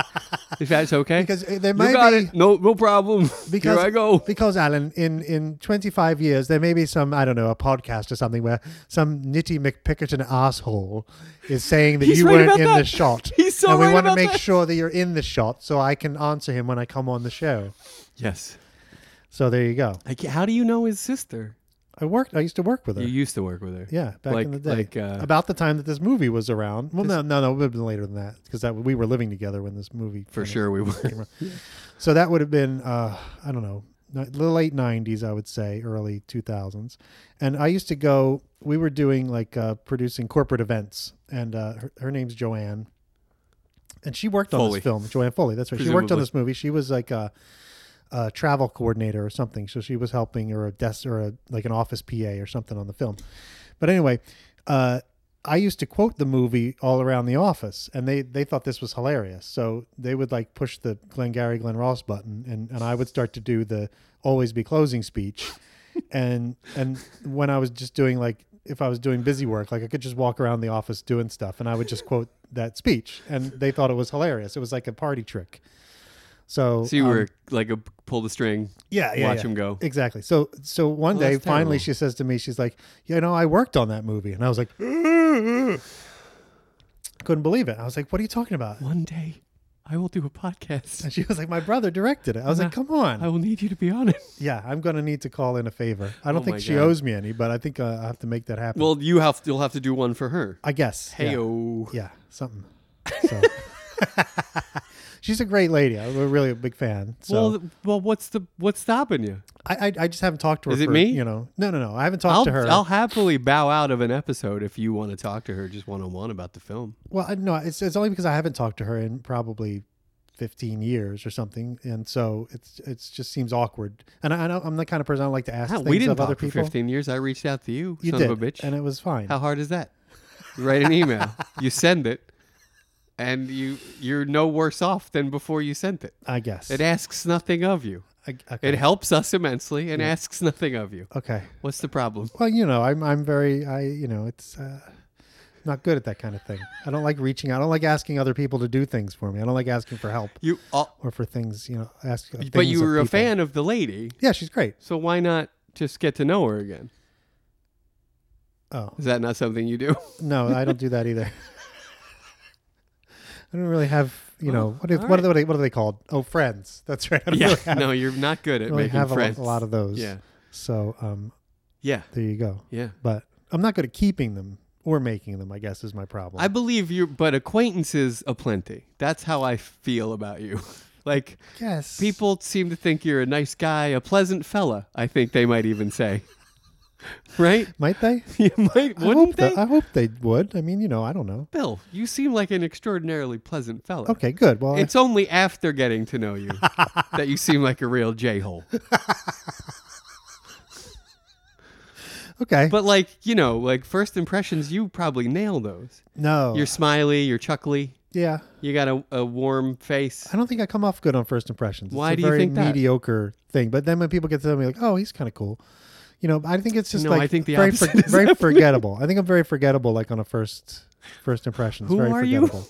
Speaker 1: if that's okay.
Speaker 2: Because uh, there
Speaker 1: you
Speaker 2: might
Speaker 1: got
Speaker 2: be
Speaker 1: it. No, no problem.
Speaker 2: because
Speaker 1: Here I go.
Speaker 2: because Alan, in in twenty five years, there may be some I don't know a podcast or something where some nitty McPickerton asshole is saying that
Speaker 1: He's
Speaker 2: you
Speaker 1: right
Speaker 2: weren't
Speaker 1: about
Speaker 2: in the
Speaker 1: that.
Speaker 2: shot,
Speaker 1: He's so
Speaker 2: and we
Speaker 1: right
Speaker 2: want to
Speaker 1: about
Speaker 2: make
Speaker 1: that.
Speaker 2: sure that you're in the shot so I can answer him when I come on the show.
Speaker 1: Yes.
Speaker 2: So there you go.
Speaker 1: I ca- how do you know his sister?
Speaker 2: I worked. I used to work with her.
Speaker 1: You used to work with her.
Speaker 2: yeah, back
Speaker 1: like,
Speaker 2: in the day,
Speaker 1: Like, uh,
Speaker 2: about the time that this movie was around. Well, no, no, no, it would have been later than that because that we were living together when this movie
Speaker 1: for
Speaker 2: finished.
Speaker 1: sure we were.
Speaker 2: So that would have been, uh, I don't know, ni- the late 90s, I would say, early 2000s. And I used to go, we were doing like uh, producing corporate events, and uh, her, her name's Joanne. And she worked on
Speaker 1: Foley.
Speaker 2: this film, Joanne Foley. That's right. She worked on
Speaker 1: Presumably.
Speaker 2: this movie. She was like uh, a, a travel coordinator or something. So she was helping, or a desk, or a, like an office PA or something on the film. But anyway, uh, I used to quote the movie all around the office, and they, they thought this was hilarious. So they would like push the Glengarry Glen Ross button, and, and I would start to do the always be closing speech. and and when I was just doing like if I was doing busy work, like I could just walk around the office doing stuff, and I would just quote that speech, and they thought it was hilarious. It was like a party trick. So,
Speaker 1: So you
Speaker 2: um,
Speaker 1: were like a pull the string.
Speaker 2: yeah, yeah,
Speaker 1: watch
Speaker 2: yeah.
Speaker 1: him go.
Speaker 2: Exactly. So so one
Speaker 1: Well,
Speaker 2: day
Speaker 1: that's
Speaker 2: finally
Speaker 1: terrible.
Speaker 2: she says to me, she's like, you know, I worked on that movie. And I was like, couldn't believe it. I was like, what are you talking about?
Speaker 1: One day, I will do a podcast.
Speaker 2: And she was like, my brother directed it. I was like, come
Speaker 1: Uh-huh. I
Speaker 2: on.
Speaker 1: will need you to be on it.
Speaker 2: Yeah, I'm going to need to call in a favor. I don't
Speaker 1: Oh
Speaker 2: think
Speaker 1: my
Speaker 2: she
Speaker 1: God.
Speaker 2: owes me any, but I think uh, I have to make that happen.
Speaker 1: Well, you have you'll have to do one for her.
Speaker 2: I guess. yeah.
Speaker 1: Heyo.
Speaker 2: Yeah, something. So. She's a great lady. I'm a really a big fan. So
Speaker 1: Well, th- well, what's the what's stopping you?
Speaker 2: I, I I just haven't talked to her.
Speaker 1: Is it
Speaker 2: for,
Speaker 1: me?
Speaker 2: You know, no, no, no. I haven't talked
Speaker 1: I'll,
Speaker 2: to her.
Speaker 1: I'll happily bow out of an episode if you want to talk to her just one on one about the film.
Speaker 2: Well, I- no, it's it's only because I haven't talked to her in probably fifteen years or something, and so it's it's just seems awkward. And I, I know I'm the kind of person I like to ask
Speaker 1: How-
Speaker 2: things
Speaker 1: we didn't
Speaker 2: of
Speaker 1: talk
Speaker 2: other
Speaker 1: for
Speaker 2: people.
Speaker 1: 15 years. I reached out to you,
Speaker 2: you
Speaker 1: son
Speaker 2: did,
Speaker 1: of a bitch.
Speaker 2: and it was fine.
Speaker 1: How hard is that? You write an email, you send it, and you you're no worse off than before you sent it.
Speaker 2: I guess.
Speaker 1: It asks nothing of you.
Speaker 2: I, okay.
Speaker 1: It helps us immensely and asks nothing of you.
Speaker 2: okay.
Speaker 1: What's the problem?
Speaker 2: Well, you know, I'm I'm very I you know it's. Uh, Not good at that kind of thing. I don't like reaching out. I don't like asking other people to do things for me. I don't like asking for help
Speaker 1: You, uh,
Speaker 2: or for things, you know, ask
Speaker 1: but
Speaker 2: things
Speaker 1: you
Speaker 2: of
Speaker 1: were a
Speaker 2: people.
Speaker 1: fan of the lady,
Speaker 2: Yeah, she's great.
Speaker 1: so why not just get to know her again?
Speaker 2: Oh.
Speaker 1: Is that not something you do?
Speaker 2: No, I don't do that either. I don't really have, you know, what, if,
Speaker 1: all
Speaker 2: what, are they, what are they called? Oh, friends. That's right. I don't
Speaker 1: Oh, yeah.
Speaker 2: really have,
Speaker 1: No, you're not good at
Speaker 2: really
Speaker 1: making
Speaker 2: have a, lot-
Speaker 1: friends.
Speaker 2: a lot of those.
Speaker 1: Yeah.
Speaker 2: So um,
Speaker 1: Yeah.
Speaker 2: there you go.
Speaker 1: Yeah.
Speaker 2: But I'm not good at keeping them or making them, I guess, is my problem.
Speaker 1: I believe you, but acquaintances aplenty. That's how I feel about you. like
Speaker 2: guess.
Speaker 1: people seem to think you're a nice guy, a pleasant fella. I think they might even say, right?
Speaker 2: Might they?
Speaker 1: You might,
Speaker 2: I hope
Speaker 1: wouldn't they?
Speaker 2: tha- I hope they would. I mean, you know, I don't know.
Speaker 1: Bill, you seem like an extraordinarily pleasant fella.
Speaker 2: Okay, good. Well, I-
Speaker 1: It's only after getting to know you that you seem like a real j hole.
Speaker 2: okay.
Speaker 1: But like you know, like first impressions, you probably nail those.
Speaker 2: no.
Speaker 1: You're smiley, you're chuckly,
Speaker 2: yeah.
Speaker 1: you got a, a warm face.
Speaker 2: I don't think I come off good on first impressions.
Speaker 1: Why
Speaker 2: it's a
Speaker 1: do you
Speaker 2: very
Speaker 1: think that?
Speaker 2: mediocre thing. But then when people get to know me, like, oh, he's kind of cool. You know, I think it's just
Speaker 1: No,
Speaker 2: like
Speaker 1: I think the
Speaker 2: very,
Speaker 1: opposite is
Speaker 2: very
Speaker 1: happening.
Speaker 2: forgettable. I think I'm very forgettable, like on a first first impressions.
Speaker 1: Who
Speaker 2: very
Speaker 1: are you?
Speaker 2: forgettable.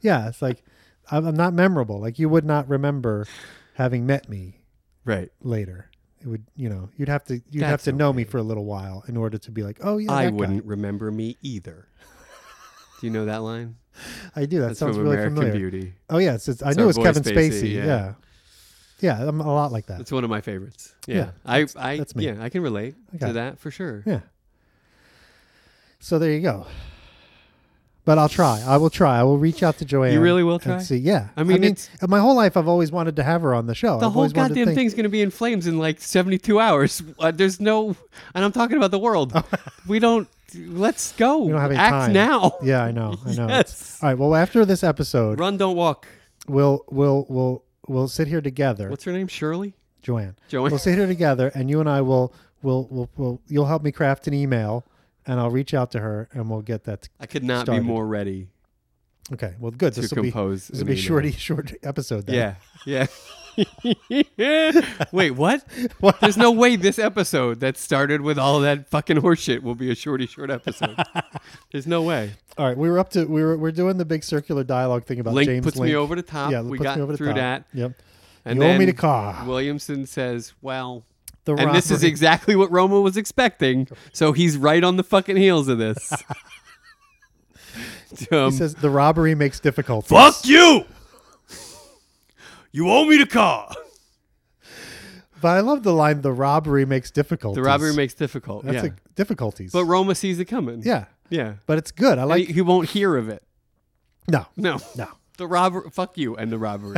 Speaker 2: Yeah, it's like I'm I'm not memorable. Like you would not remember having met me
Speaker 1: Right.
Speaker 2: later. It would, you know, you'd have to you'd have
Speaker 1: That's
Speaker 2: to know me for a little while in order to be like, oh yeah,
Speaker 1: I
Speaker 2: that guy.
Speaker 1: wouldn't remember me either. Do you know that line?
Speaker 2: I do. That
Speaker 1: That's
Speaker 2: sounds
Speaker 1: from
Speaker 2: really
Speaker 1: American
Speaker 2: familiar.
Speaker 1: Beauty.
Speaker 2: Oh yeah, it's, it's, I
Speaker 1: It's
Speaker 2: knew it
Speaker 1: our
Speaker 2: was
Speaker 1: boy
Speaker 2: Kevin
Speaker 1: Spacey,
Speaker 2: Spacey.
Speaker 1: yeah.
Speaker 2: yeah. yeah, I'm a lot like that.
Speaker 1: That's one of my favorites. Yeah,
Speaker 2: Yeah,
Speaker 1: I, I,
Speaker 2: that's me.
Speaker 1: yeah, I can relate
Speaker 2: Okay.
Speaker 1: to that for sure.
Speaker 2: Yeah. So there you go. But I'll try. I will try. I will reach out to Joanne.
Speaker 1: really will
Speaker 2: and
Speaker 1: try?
Speaker 2: See, yeah.
Speaker 1: I mean, it's-
Speaker 2: my whole life I've always wanted to have her on the show.
Speaker 1: The
Speaker 2: I've
Speaker 1: whole
Speaker 2: always wanted to
Speaker 1: goddamn
Speaker 2: think-
Speaker 1: thing's gonna be in flames in like seventy-two hours. Uh, there's no, and I'm talking about the world. we don't. Let's go.
Speaker 2: Oh. We don't have any
Speaker 1: Act
Speaker 2: time.
Speaker 1: now.
Speaker 2: Yeah, I know. I know.
Speaker 1: Yes.
Speaker 2: All right. Well, after this episode,
Speaker 1: Run, don't walk.
Speaker 2: we'll we'll we'll we'll sit here together,
Speaker 1: What's her name? Shirley.
Speaker 2: Joanne.
Speaker 1: Joanne.
Speaker 2: We'll sit here together, and you and I will will will will you'll help me craft an email, and I'll reach out to her, and we'll get that.
Speaker 1: I could not
Speaker 2: started.
Speaker 1: be more ready
Speaker 2: Okay. Well, good.
Speaker 1: to
Speaker 2: This will be
Speaker 1: compose.
Speaker 2: this will
Speaker 1: an
Speaker 2: be
Speaker 1: email.
Speaker 2: shorty short episode. Then.
Speaker 1: Yeah. Yeah. Wait, what?
Speaker 2: What?
Speaker 1: There's no way this episode that started with all that fucking horseshit will be a shorty short episode. There's no way.
Speaker 2: All right, we were up to we were we're doing the big circular dialogue thing about
Speaker 1: Link
Speaker 2: Uh, James
Speaker 1: puts
Speaker 2: Link.
Speaker 1: me over the top.
Speaker 2: Yeah,
Speaker 1: we
Speaker 2: puts
Speaker 1: got
Speaker 2: me over the
Speaker 1: through
Speaker 2: top.
Speaker 1: that.
Speaker 2: Yep.
Speaker 1: And
Speaker 2: you owe me
Speaker 1: then
Speaker 2: the car.
Speaker 1: Williamson says, "Well,"
Speaker 2: the
Speaker 1: and this is
Speaker 2: robbery.
Speaker 1: exactly what Roma was expecting. So he's right on the fucking heels of this. Um,
Speaker 2: he says the robbery makes difficulties.
Speaker 1: "Fuck you! You owe me the car."
Speaker 2: But I love the line the robbery makes difficulties.
Speaker 1: The robbery makes difficult.
Speaker 2: That's
Speaker 1: yeah,
Speaker 2: like difficulties.
Speaker 1: but Roma sees it coming.
Speaker 2: yeah.
Speaker 1: yeah.
Speaker 2: But it's good. I
Speaker 1: Like,
Speaker 2: like
Speaker 1: he, he won't hear of it.
Speaker 2: No.
Speaker 1: No.
Speaker 2: No.
Speaker 1: The robber fuck you and the robbery.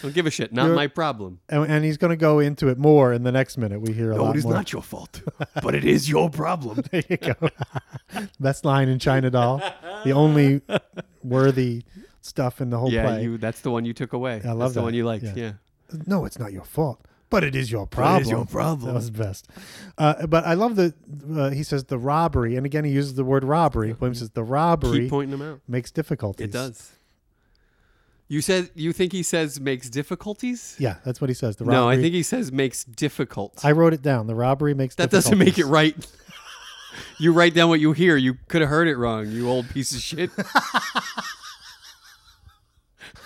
Speaker 1: Don't give a shit. Not
Speaker 2: You're-
Speaker 1: my problem.
Speaker 2: And, and he's going to go into it more in the next minute. We hear a
Speaker 1: No,
Speaker 2: lot
Speaker 1: it is
Speaker 2: more.
Speaker 1: not your fault. But it is your problem.
Speaker 2: there you go. Best line in China doll. The only worthy stuff in the whole
Speaker 1: yeah,
Speaker 2: play.
Speaker 1: you that's the one you took away.
Speaker 2: I love
Speaker 1: that's the
Speaker 2: that.
Speaker 1: one you liked.
Speaker 2: Yeah.
Speaker 1: Yeah.
Speaker 2: no, it's not your fault, but it is your problem.
Speaker 1: is your problem.
Speaker 2: That was best. Uh, but I love the uh, he says the robbery, and again he uses the word robbery. William says the robbery
Speaker 1: Keep pointing them out.
Speaker 2: makes difficulties.
Speaker 1: It does. You said you think he says makes difficulties?
Speaker 2: Yeah, that's what he says. The robbery.
Speaker 1: no, I think he says makes difficult.
Speaker 2: I wrote it down. The robbery makes.
Speaker 1: that doesn't make it
Speaker 2: difficulties.
Speaker 1: right. you write down what you hear. You could have heard it wrong, you old piece of shit.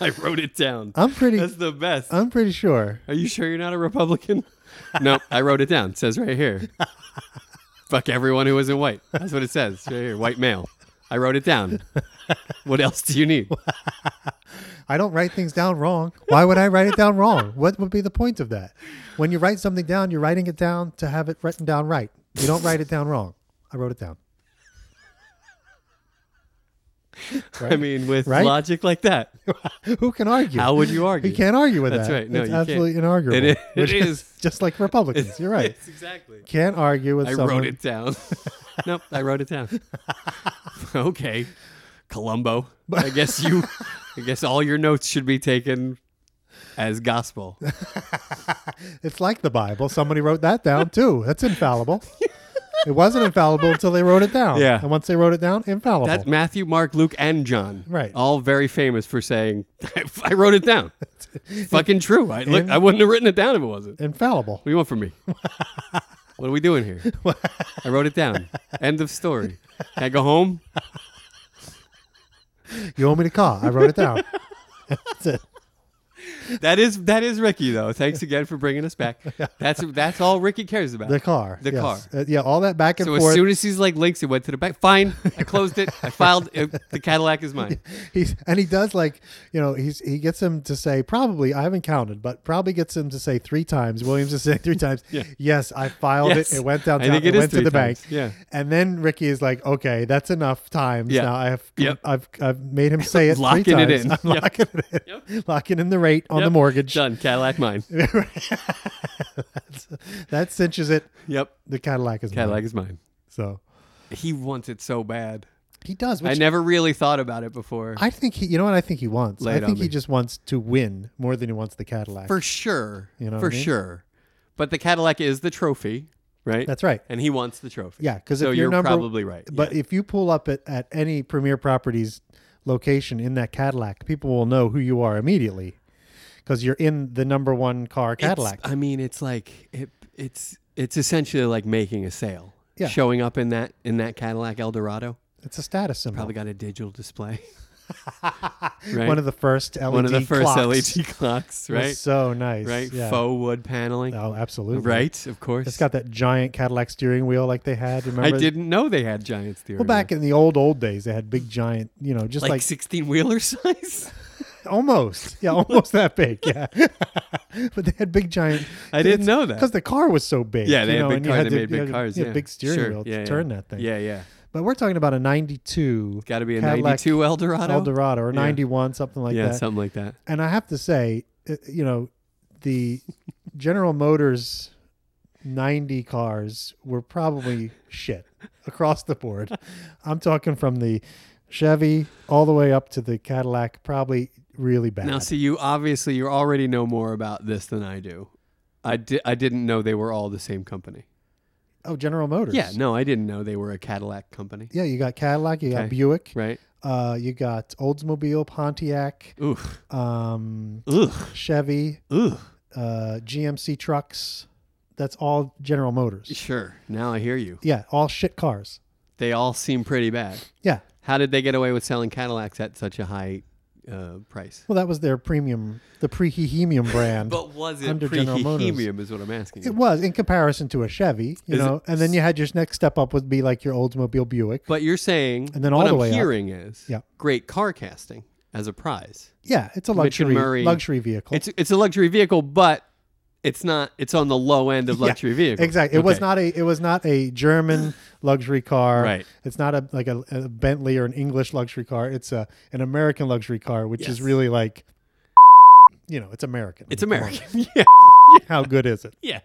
Speaker 1: I wrote it down.
Speaker 2: I'm pretty.
Speaker 1: That's the best.
Speaker 2: I'm pretty sure.
Speaker 1: Are you sure you're not a Republican? no, I wrote it down. It says right here. Fuck everyone who isn't white. That's what it says right here. White male. I wrote it down. What else do you need?
Speaker 2: I don't write things down wrong. Why would I write it down wrong? What would be the point of that? When you write something down, you're writing it down to have it written down right. You don't write it down wrong. I wrote it down.
Speaker 1: I mean, with
Speaker 2: Right?
Speaker 1: logic like that,
Speaker 2: Who can argue?
Speaker 1: how would you argue?
Speaker 2: You can't argue with
Speaker 1: That's
Speaker 2: that.
Speaker 1: right. No,
Speaker 2: it's
Speaker 1: you can't.
Speaker 2: absolutely inarguable.
Speaker 1: It is- it
Speaker 2: Which
Speaker 1: is.
Speaker 2: just like Republicans. You're right.
Speaker 1: Yes, exactly.
Speaker 2: Can't argue with
Speaker 1: I
Speaker 2: someone.
Speaker 1: wrote it down. nope, I wrote it down. okay, Columbo. I guess you. I guess all your notes should be taken as gospel.
Speaker 2: It's like the Bible. Somebody wrote that down too. That's infallible. it wasn't infallible until they wrote it down.
Speaker 1: Yeah.
Speaker 2: And once they wrote it down, infallible.
Speaker 1: That Matthew, Mark, Luke, and John,
Speaker 2: Right.
Speaker 1: All very famous for saying, "I wrote it down." Fucking true. I look,
Speaker 2: And-
Speaker 1: I wouldn't have written it down if it wasn't. What
Speaker 2: infallible.
Speaker 1: do you want from me? what are we doing here? I wrote it down. End of story. Can I go home?
Speaker 2: You owe me the call. I wrote it down. That's it.
Speaker 1: That is that is Ricky though. Thanks again for bringing us back. That's that's all Ricky cares about.
Speaker 2: The car.
Speaker 1: The
Speaker 2: yes.
Speaker 1: car.
Speaker 2: Uh, yeah, all that back and
Speaker 1: So
Speaker 2: forth.
Speaker 1: as soon as he's like links, it went to the back. Fine, I closed it. I filed. It. The Cadillac is mine.
Speaker 2: he's and he does like you know he's he gets him to say probably I haven't counted but probably gets him to say three times Williams is saying three times yes I filed
Speaker 1: Yes.
Speaker 2: it it went
Speaker 1: I
Speaker 2: down
Speaker 1: think
Speaker 2: it,
Speaker 1: it is
Speaker 2: went to
Speaker 1: three
Speaker 2: the
Speaker 1: times.
Speaker 2: bank
Speaker 1: Yeah.
Speaker 2: and then Ricky is like okay that's enough times
Speaker 1: Yeah.
Speaker 2: now I have
Speaker 1: Yep.
Speaker 2: I've I've made him say it three
Speaker 1: Locking it
Speaker 2: times
Speaker 1: in.
Speaker 2: I'm
Speaker 1: Yep.
Speaker 2: locking it in locking in the rate on the
Speaker 1: Yep.
Speaker 2: mortgage
Speaker 1: Done. Cadillac mine.
Speaker 2: that cinches it
Speaker 1: Yep.
Speaker 2: the Cadillac is mine.
Speaker 1: Cadillac is mine.
Speaker 2: so
Speaker 1: He wants it so bad.
Speaker 2: he does
Speaker 1: I
Speaker 2: which
Speaker 1: never really thought about it before.
Speaker 2: I think he, you know what I think he wants.
Speaker 1: Lay
Speaker 2: I
Speaker 1: it on
Speaker 2: think he
Speaker 1: me.
Speaker 2: just wants to win more than he wants the Cadillac.
Speaker 1: for sure.
Speaker 2: You know what
Speaker 1: for
Speaker 2: I mean?
Speaker 1: sure. But the Cadillac is the trophy, right?
Speaker 2: That's right.
Speaker 1: And he wants the trophy.
Speaker 2: Yeah, because
Speaker 1: So
Speaker 2: if your
Speaker 1: you're
Speaker 2: number,
Speaker 1: probably right.
Speaker 2: But if you pull up at, at any Premier Properties location in that Cadillac, people will know who you are immediately because you're in the number one car
Speaker 1: It's- uh,
Speaker 2: Cadillac.
Speaker 1: I mean, it's like it, it's it's essentially like making a sale.
Speaker 2: Yeah.
Speaker 1: Showing up in that in that Cadillac Eldorado,
Speaker 2: It's a status symbol.
Speaker 1: probably got a digital display. right?
Speaker 2: One of the first LED
Speaker 1: One of the first
Speaker 2: clocks
Speaker 1: LED clocks,
Speaker 2: was
Speaker 1: right?
Speaker 2: So nice,
Speaker 1: right?
Speaker 2: Yeah.
Speaker 1: Faux wood paneling.
Speaker 2: Oh, absolutely.
Speaker 1: right, of course.
Speaker 2: It's got that giant Cadillac steering wheel like they had.
Speaker 1: I
Speaker 2: Remember?
Speaker 1: didn't know they had giant steering.
Speaker 2: Well, back in the old old days, they had big giant. You know, just
Speaker 1: wheel. like
Speaker 2: like
Speaker 1: sixteen wheeler size.
Speaker 2: Almost. Yeah, almost that big. Yeah. but they had big giant.
Speaker 1: I didn't know that.
Speaker 2: Because the car was so big.
Speaker 1: Yeah,
Speaker 2: you
Speaker 1: they had
Speaker 2: know,
Speaker 1: big
Speaker 2: and you
Speaker 1: cars.
Speaker 2: had
Speaker 1: They
Speaker 2: to-
Speaker 1: made
Speaker 2: you
Speaker 1: big
Speaker 2: had-
Speaker 1: cars.
Speaker 2: you had
Speaker 1: yeah.
Speaker 2: a big steering
Speaker 1: Sure.
Speaker 2: wheel to
Speaker 1: Yeah, yeah.
Speaker 2: turn that thing.
Speaker 1: Yeah, yeah.
Speaker 2: But we're talking about a 92.
Speaker 1: Got to be a
Speaker 2: Cadillac
Speaker 1: '92 Eldorado.
Speaker 2: Eldorado or
Speaker 1: Yeah.
Speaker 2: 91, something like
Speaker 1: yeah,
Speaker 2: that.
Speaker 1: something like that.
Speaker 2: and I have to say, uh, you know, the General Motors 90 cars were probably shit across the board. I'm talking from the Chevy all the way up to the Cadillac, probably really bad.
Speaker 1: Now, see, you obviously you already know more about this than I do. I di- I didn't know they were all the same company.
Speaker 2: oh, General Motors.
Speaker 1: Yeah, no, I didn't know they were a Cadillac company.
Speaker 2: Yeah, you got Cadillac, you
Speaker 1: Okay.
Speaker 2: got Buick,
Speaker 1: Right?
Speaker 2: uh, you got Oldsmobile, Pontiac,
Speaker 1: Oof.
Speaker 2: um,
Speaker 1: Ugh.
Speaker 2: Chevy,
Speaker 1: Ugh.
Speaker 2: uh, GMC trucks. That's all General Motors.
Speaker 1: Sure. Now I hear you.
Speaker 2: Yeah, all shit cars.
Speaker 1: They all seem pretty bad.
Speaker 2: Yeah.
Speaker 1: How did they get away with selling Cadillacs at such a high uh, price?
Speaker 2: Well, that was their premium, the prehemium brand.
Speaker 1: But was it
Speaker 2: Under General Motors.
Speaker 1: premium? Is what I'm asking.
Speaker 2: it
Speaker 1: you.
Speaker 2: was in comparison to a Chevy, you
Speaker 1: Is
Speaker 2: know.
Speaker 1: it-
Speaker 2: and then you had your next step up would be like your Oldsmobile Buick.
Speaker 1: But you're saying,
Speaker 2: And then
Speaker 1: what
Speaker 2: all the
Speaker 1: I'm
Speaker 2: way up.
Speaker 1: hearing is,
Speaker 2: Yeah.
Speaker 1: great car casting as a prize.
Speaker 2: yeah, it's a
Speaker 1: Mitch and
Speaker 2: luxury
Speaker 1: Murray-
Speaker 2: luxury vehicle.
Speaker 1: It's it's a luxury vehicle, but it's not. It's on the low end of
Speaker 2: Yeah,
Speaker 1: luxury vehicles.
Speaker 2: Exactly. It was
Speaker 1: Okay.
Speaker 2: not a it was not a German luxury car.
Speaker 1: Right.
Speaker 2: It's not a like a, a Bentley or an English luxury car. It's a an American luxury car, which
Speaker 1: Yes.
Speaker 2: is really like you know, it's American.
Speaker 1: It's
Speaker 2: Come on.
Speaker 1: American. yeah.
Speaker 2: How good is it?
Speaker 1: Yeah.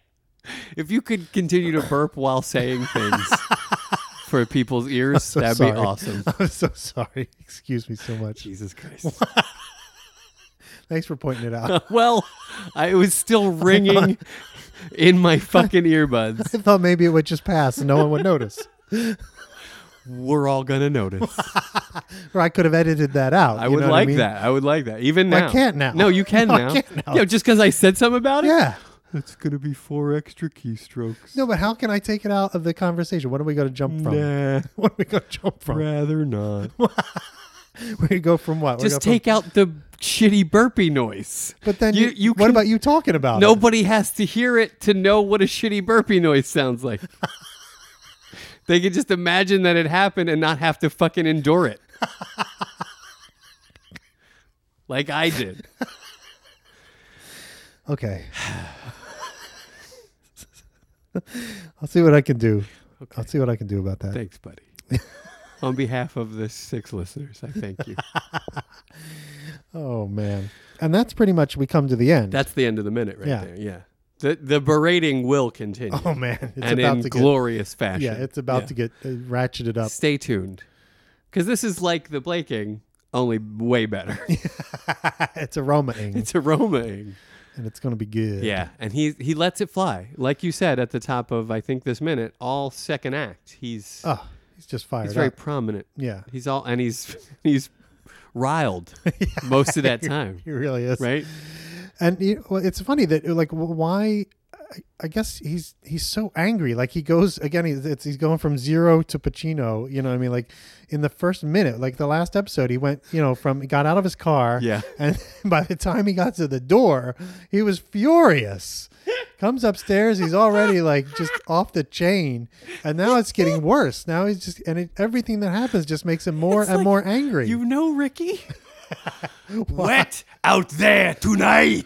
Speaker 1: If you could continue to burp while saying things for people's ears,
Speaker 2: so
Speaker 1: that'd
Speaker 2: sorry.
Speaker 1: be awesome.
Speaker 2: I'm so sorry. Excuse me so much.
Speaker 1: Jesus Christ.
Speaker 2: Thanks for pointing it out.
Speaker 1: well, I it was still ringing in my fucking earbuds.
Speaker 2: I thought maybe it would just pass and no one would notice.
Speaker 1: We're all gonna notice.
Speaker 2: Or I could have edited that out.
Speaker 1: I
Speaker 2: you
Speaker 1: would
Speaker 2: know what
Speaker 1: like
Speaker 2: mean?
Speaker 1: that. I would like that. Even
Speaker 2: I
Speaker 1: now.
Speaker 2: can't now.
Speaker 1: No, you can
Speaker 2: No, I
Speaker 1: now.
Speaker 2: can't now.
Speaker 1: Yeah, just because I said something about it.
Speaker 2: Yeah.
Speaker 1: It's gonna be four extra keystrokes.
Speaker 2: No, but how can I take it out of the conversation? What are we going to jump from?
Speaker 1: Nah,
Speaker 2: What are we going to jump from?
Speaker 1: rather not.
Speaker 2: We're going to go from what? We're
Speaker 1: Just
Speaker 2: gonna go from-
Speaker 1: take out the shitty burpee noise.
Speaker 2: But then
Speaker 1: You-
Speaker 2: you,
Speaker 1: you
Speaker 2: what
Speaker 1: can-
Speaker 2: about you talking about it?
Speaker 1: Nobody has to hear it to know what a shitty burpee noise sounds like. they can just imagine that it happened and not have to fucking endure it. like I did.
Speaker 2: Okay. I'll see what I can do. I'll see what I can do about that.
Speaker 1: Thanks, buddy. On behalf of the six listeners, I thank you.
Speaker 2: Oh man. And that's pretty much we come to the end.
Speaker 1: That's the end of the minute right
Speaker 2: Yeah.
Speaker 1: there. Yeah. The the berating will continue.
Speaker 2: oh man, it's
Speaker 1: and
Speaker 2: about
Speaker 1: in
Speaker 2: to
Speaker 1: glorious
Speaker 2: get
Speaker 1: fashion.
Speaker 2: Yeah, it's about
Speaker 1: Yeah.
Speaker 2: to get uh, ratcheted up.
Speaker 1: Stay tuned. Because this is like the Blaking, only way better.
Speaker 2: it's aromaing
Speaker 1: it's aromaing.
Speaker 2: and it's going to be good.
Speaker 1: Yeah, and he he lets it fly, like you said at the top of I think this minute. All second act, he's
Speaker 2: Oh, he's just fired
Speaker 1: he's very
Speaker 2: up.
Speaker 1: prominent.
Speaker 2: Yeah.
Speaker 1: He's all and he's he's riled most of that time,
Speaker 2: He really is.
Speaker 1: right?
Speaker 2: And you, well, it's funny that like w- why I guess he's he's so angry. Like he goes again. He's it's, he's going from zero to Pacino. You know, what I mean, like in the first minute, like the last episode, he went. You know, from he got out of his car.
Speaker 1: Yeah.
Speaker 2: And by the time he got to the door, he was furious. Comes upstairs, he's already like just off the chain, and now it's getting worse. Now he's just and it, everything that happens just makes him more
Speaker 1: It's
Speaker 2: and
Speaker 1: like,
Speaker 2: more angry.
Speaker 1: You know, Ricky. Wet out there tonight.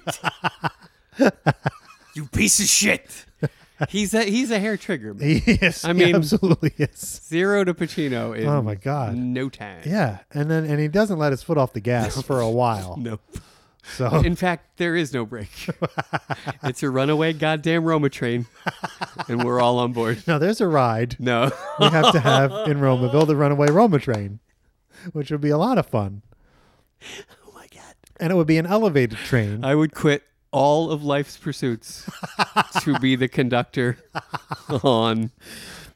Speaker 1: you piece of shit. He's a he's a hair trigger. man.
Speaker 2: he is.
Speaker 1: I
Speaker 2: he
Speaker 1: mean-
Speaker 2: absolutely is.
Speaker 1: Zero to Pacino in
Speaker 2: Oh my god.
Speaker 1: no time.
Speaker 2: Yeah, and then and he doesn't let his foot off the gas for a while.
Speaker 1: No.
Speaker 2: So
Speaker 1: In fact, there is no break. it's a runaway goddamn Roma train, and we're all on board.
Speaker 2: now there's a ride
Speaker 1: No.
Speaker 2: we have to have in Romaville the runaway Roma train, which would be a lot of fun,
Speaker 1: Oh my god.
Speaker 2: and it would be an elevated train.
Speaker 1: I would quit all of life's pursuits to be the conductor on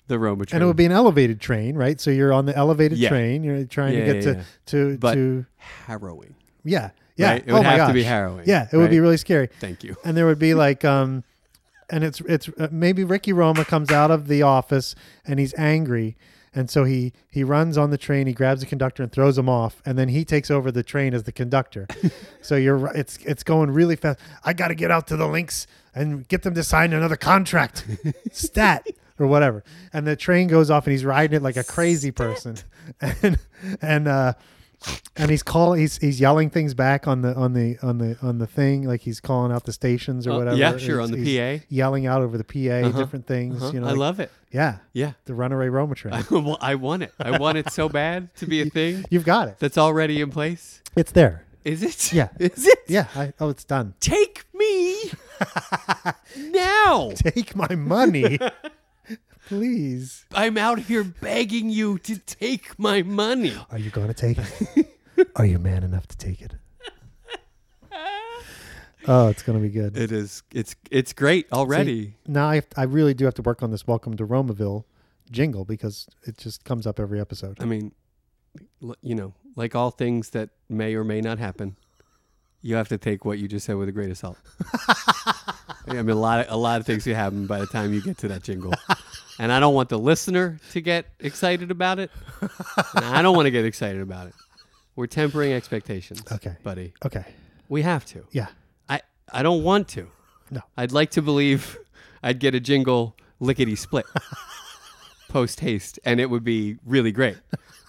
Speaker 1: the Roma train.
Speaker 2: and it would be an elevated train, right? So you're on the elevated
Speaker 1: Yeah.
Speaker 2: train. You're trying
Speaker 1: Yeah,
Speaker 2: to
Speaker 1: yeah,
Speaker 2: get
Speaker 1: yeah.
Speaker 2: to to
Speaker 1: But-
Speaker 2: to
Speaker 1: harrowing.
Speaker 2: yeah yeah.
Speaker 1: Right? It
Speaker 2: oh
Speaker 1: would
Speaker 2: my
Speaker 1: have to be
Speaker 2: gosh.
Speaker 1: harrowing,
Speaker 2: Yeah, it would be
Speaker 1: right?
Speaker 2: really scary.
Speaker 1: Thank you.
Speaker 2: and there would be like um and it's it's uh, maybe Ricky Roma comes out of the office and he's angry and so he he runs on the train he grabs the conductor and throws him off and then he takes over the train as the conductor so you're ri- it's it's going really fast i got to get out to the links and get them to sign another contract stat or whatever and the train goes off and he's riding it like a crazy person and and uh and he's calling he's he's yelling things back on the on the on the on the thing like he's calling out the stations or
Speaker 1: Uh,
Speaker 2: whatever
Speaker 1: yeah, sure, on
Speaker 2: He's-
Speaker 1: the
Speaker 2: he's
Speaker 1: PA.
Speaker 2: yelling out over the pa different things
Speaker 1: Huh?
Speaker 2: you know
Speaker 1: Uh-huh. I
Speaker 2: like-
Speaker 1: love it.
Speaker 2: yeah
Speaker 1: Yeah.
Speaker 2: the runaway roma train
Speaker 1: well, I want it. I want it so bad to be a thing
Speaker 2: you've got it
Speaker 1: that's already in place.
Speaker 2: it's there
Speaker 1: Is it?
Speaker 2: Yeah.
Speaker 1: Is it?
Speaker 2: yeah I, oh it's done
Speaker 1: Take me now.
Speaker 2: take my money please
Speaker 1: I'm out here begging you to take my money.
Speaker 2: are you gonna take it are you man enough to take it oh it's gonna be good
Speaker 1: It is. It's. It's great already.
Speaker 2: now I, have, I really do have to work on this welcome to romaville jingle because it just comes up every episode
Speaker 1: I mean, l- you know, like all things that may or may not happen, you have to take what you just said with a grain of salt. I mean, a lot of a lot of things could happen by the time you get to that jingle, and I don't want the listener to get excited about it, and I don't want to get excited about it. We're tempering expectations,
Speaker 2: Okay.
Speaker 1: buddy.
Speaker 2: okay
Speaker 1: We have to.
Speaker 2: yeah
Speaker 1: I I don't want to.
Speaker 2: No.
Speaker 1: I'd like to believe I'd get a jingle lickety split post haste, and it would be really great.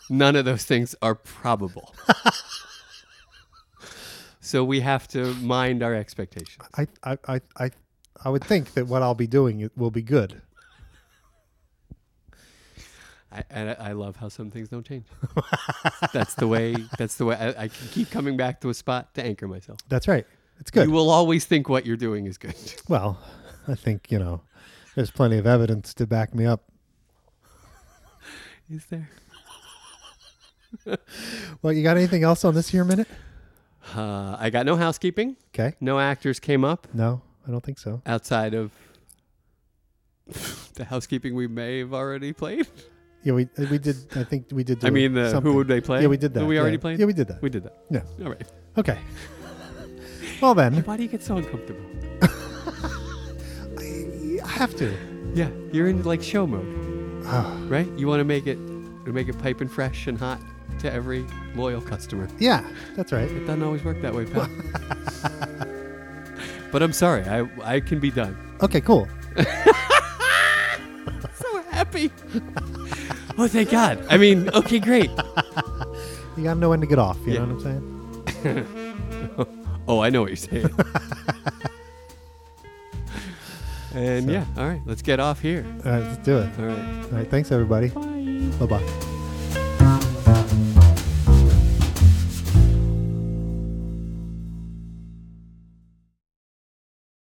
Speaker 1: None of those things are probable. so we have to mind our expectations.
Speaker 2: I, I, I, I, I would think that what I'll be doing it will be good.
Speaker 1: I, and I, I love how some things don't change. that's the way. That's the way. I, I can keep coming back to a spot to anchor myself.
Speaker 2: That's right. It's good.
Speaker 1: You will always think what you're doing is good.
Speaker 2: well, I think you know. There's plenty of evidence to back me up.
Speaker 1: Is there?
Speaker 2: Well, you got anything else on this here minute?
Speaker 1: Uh, I got no housekeeping.
Speaker 2: Okay.
Speaker 1: No actors came up.
Speaker 2: No, I don't think so.
Speaker 1: outside of the housekeeping we may have already played.
Speaker 2: Yeah, we uh, we did. I think we did. Do
Speaker 1: I mean, the,
Speaker 2: something.
Speaker 1: who would they play?
Speaker 2: Yeah, we did that.
Speaker 1: we already
Speaker 2: yeah.
Speaker 1: played.
Speaker 2: Yeah, we did that.
Speaker 1: We did that.
Speaker 2: Yeah.
Speaker 1: All right.
Speaker 2: Okay. well then,
Speaker 1: Why do you get so uncomfortable?
Speaker 2: I have to.
Speaker 1: Yeah, you're in like show mode,
Speaker 2: Ah.
Speaker 1: right? You want to make it, to make it pipe and fresh and hot to every loyal customer.
Speaker 2: Yeah, that's right.
Speaker 1: It doesn't always work that way, pal. but I'm sorry, I I can be done.
Speaker 2: Okay, cool.
Speaker 1: So happy. oh, thank God. I mean, okay, great.
Speaker 2: You gotta know when to get off. You
Speaker 1: Yeah.
Speaker 2: know what I'm saying?
Speaker 1: Oh, I know what you're saying. and yeah, all right, let's get off here.
Speaker 2: All right, let's do it.
Speaker 1: All right.
Speaker 2: All right, thanks everybody.
Speaker 1: Bye.
Speaker 2: Bye bye.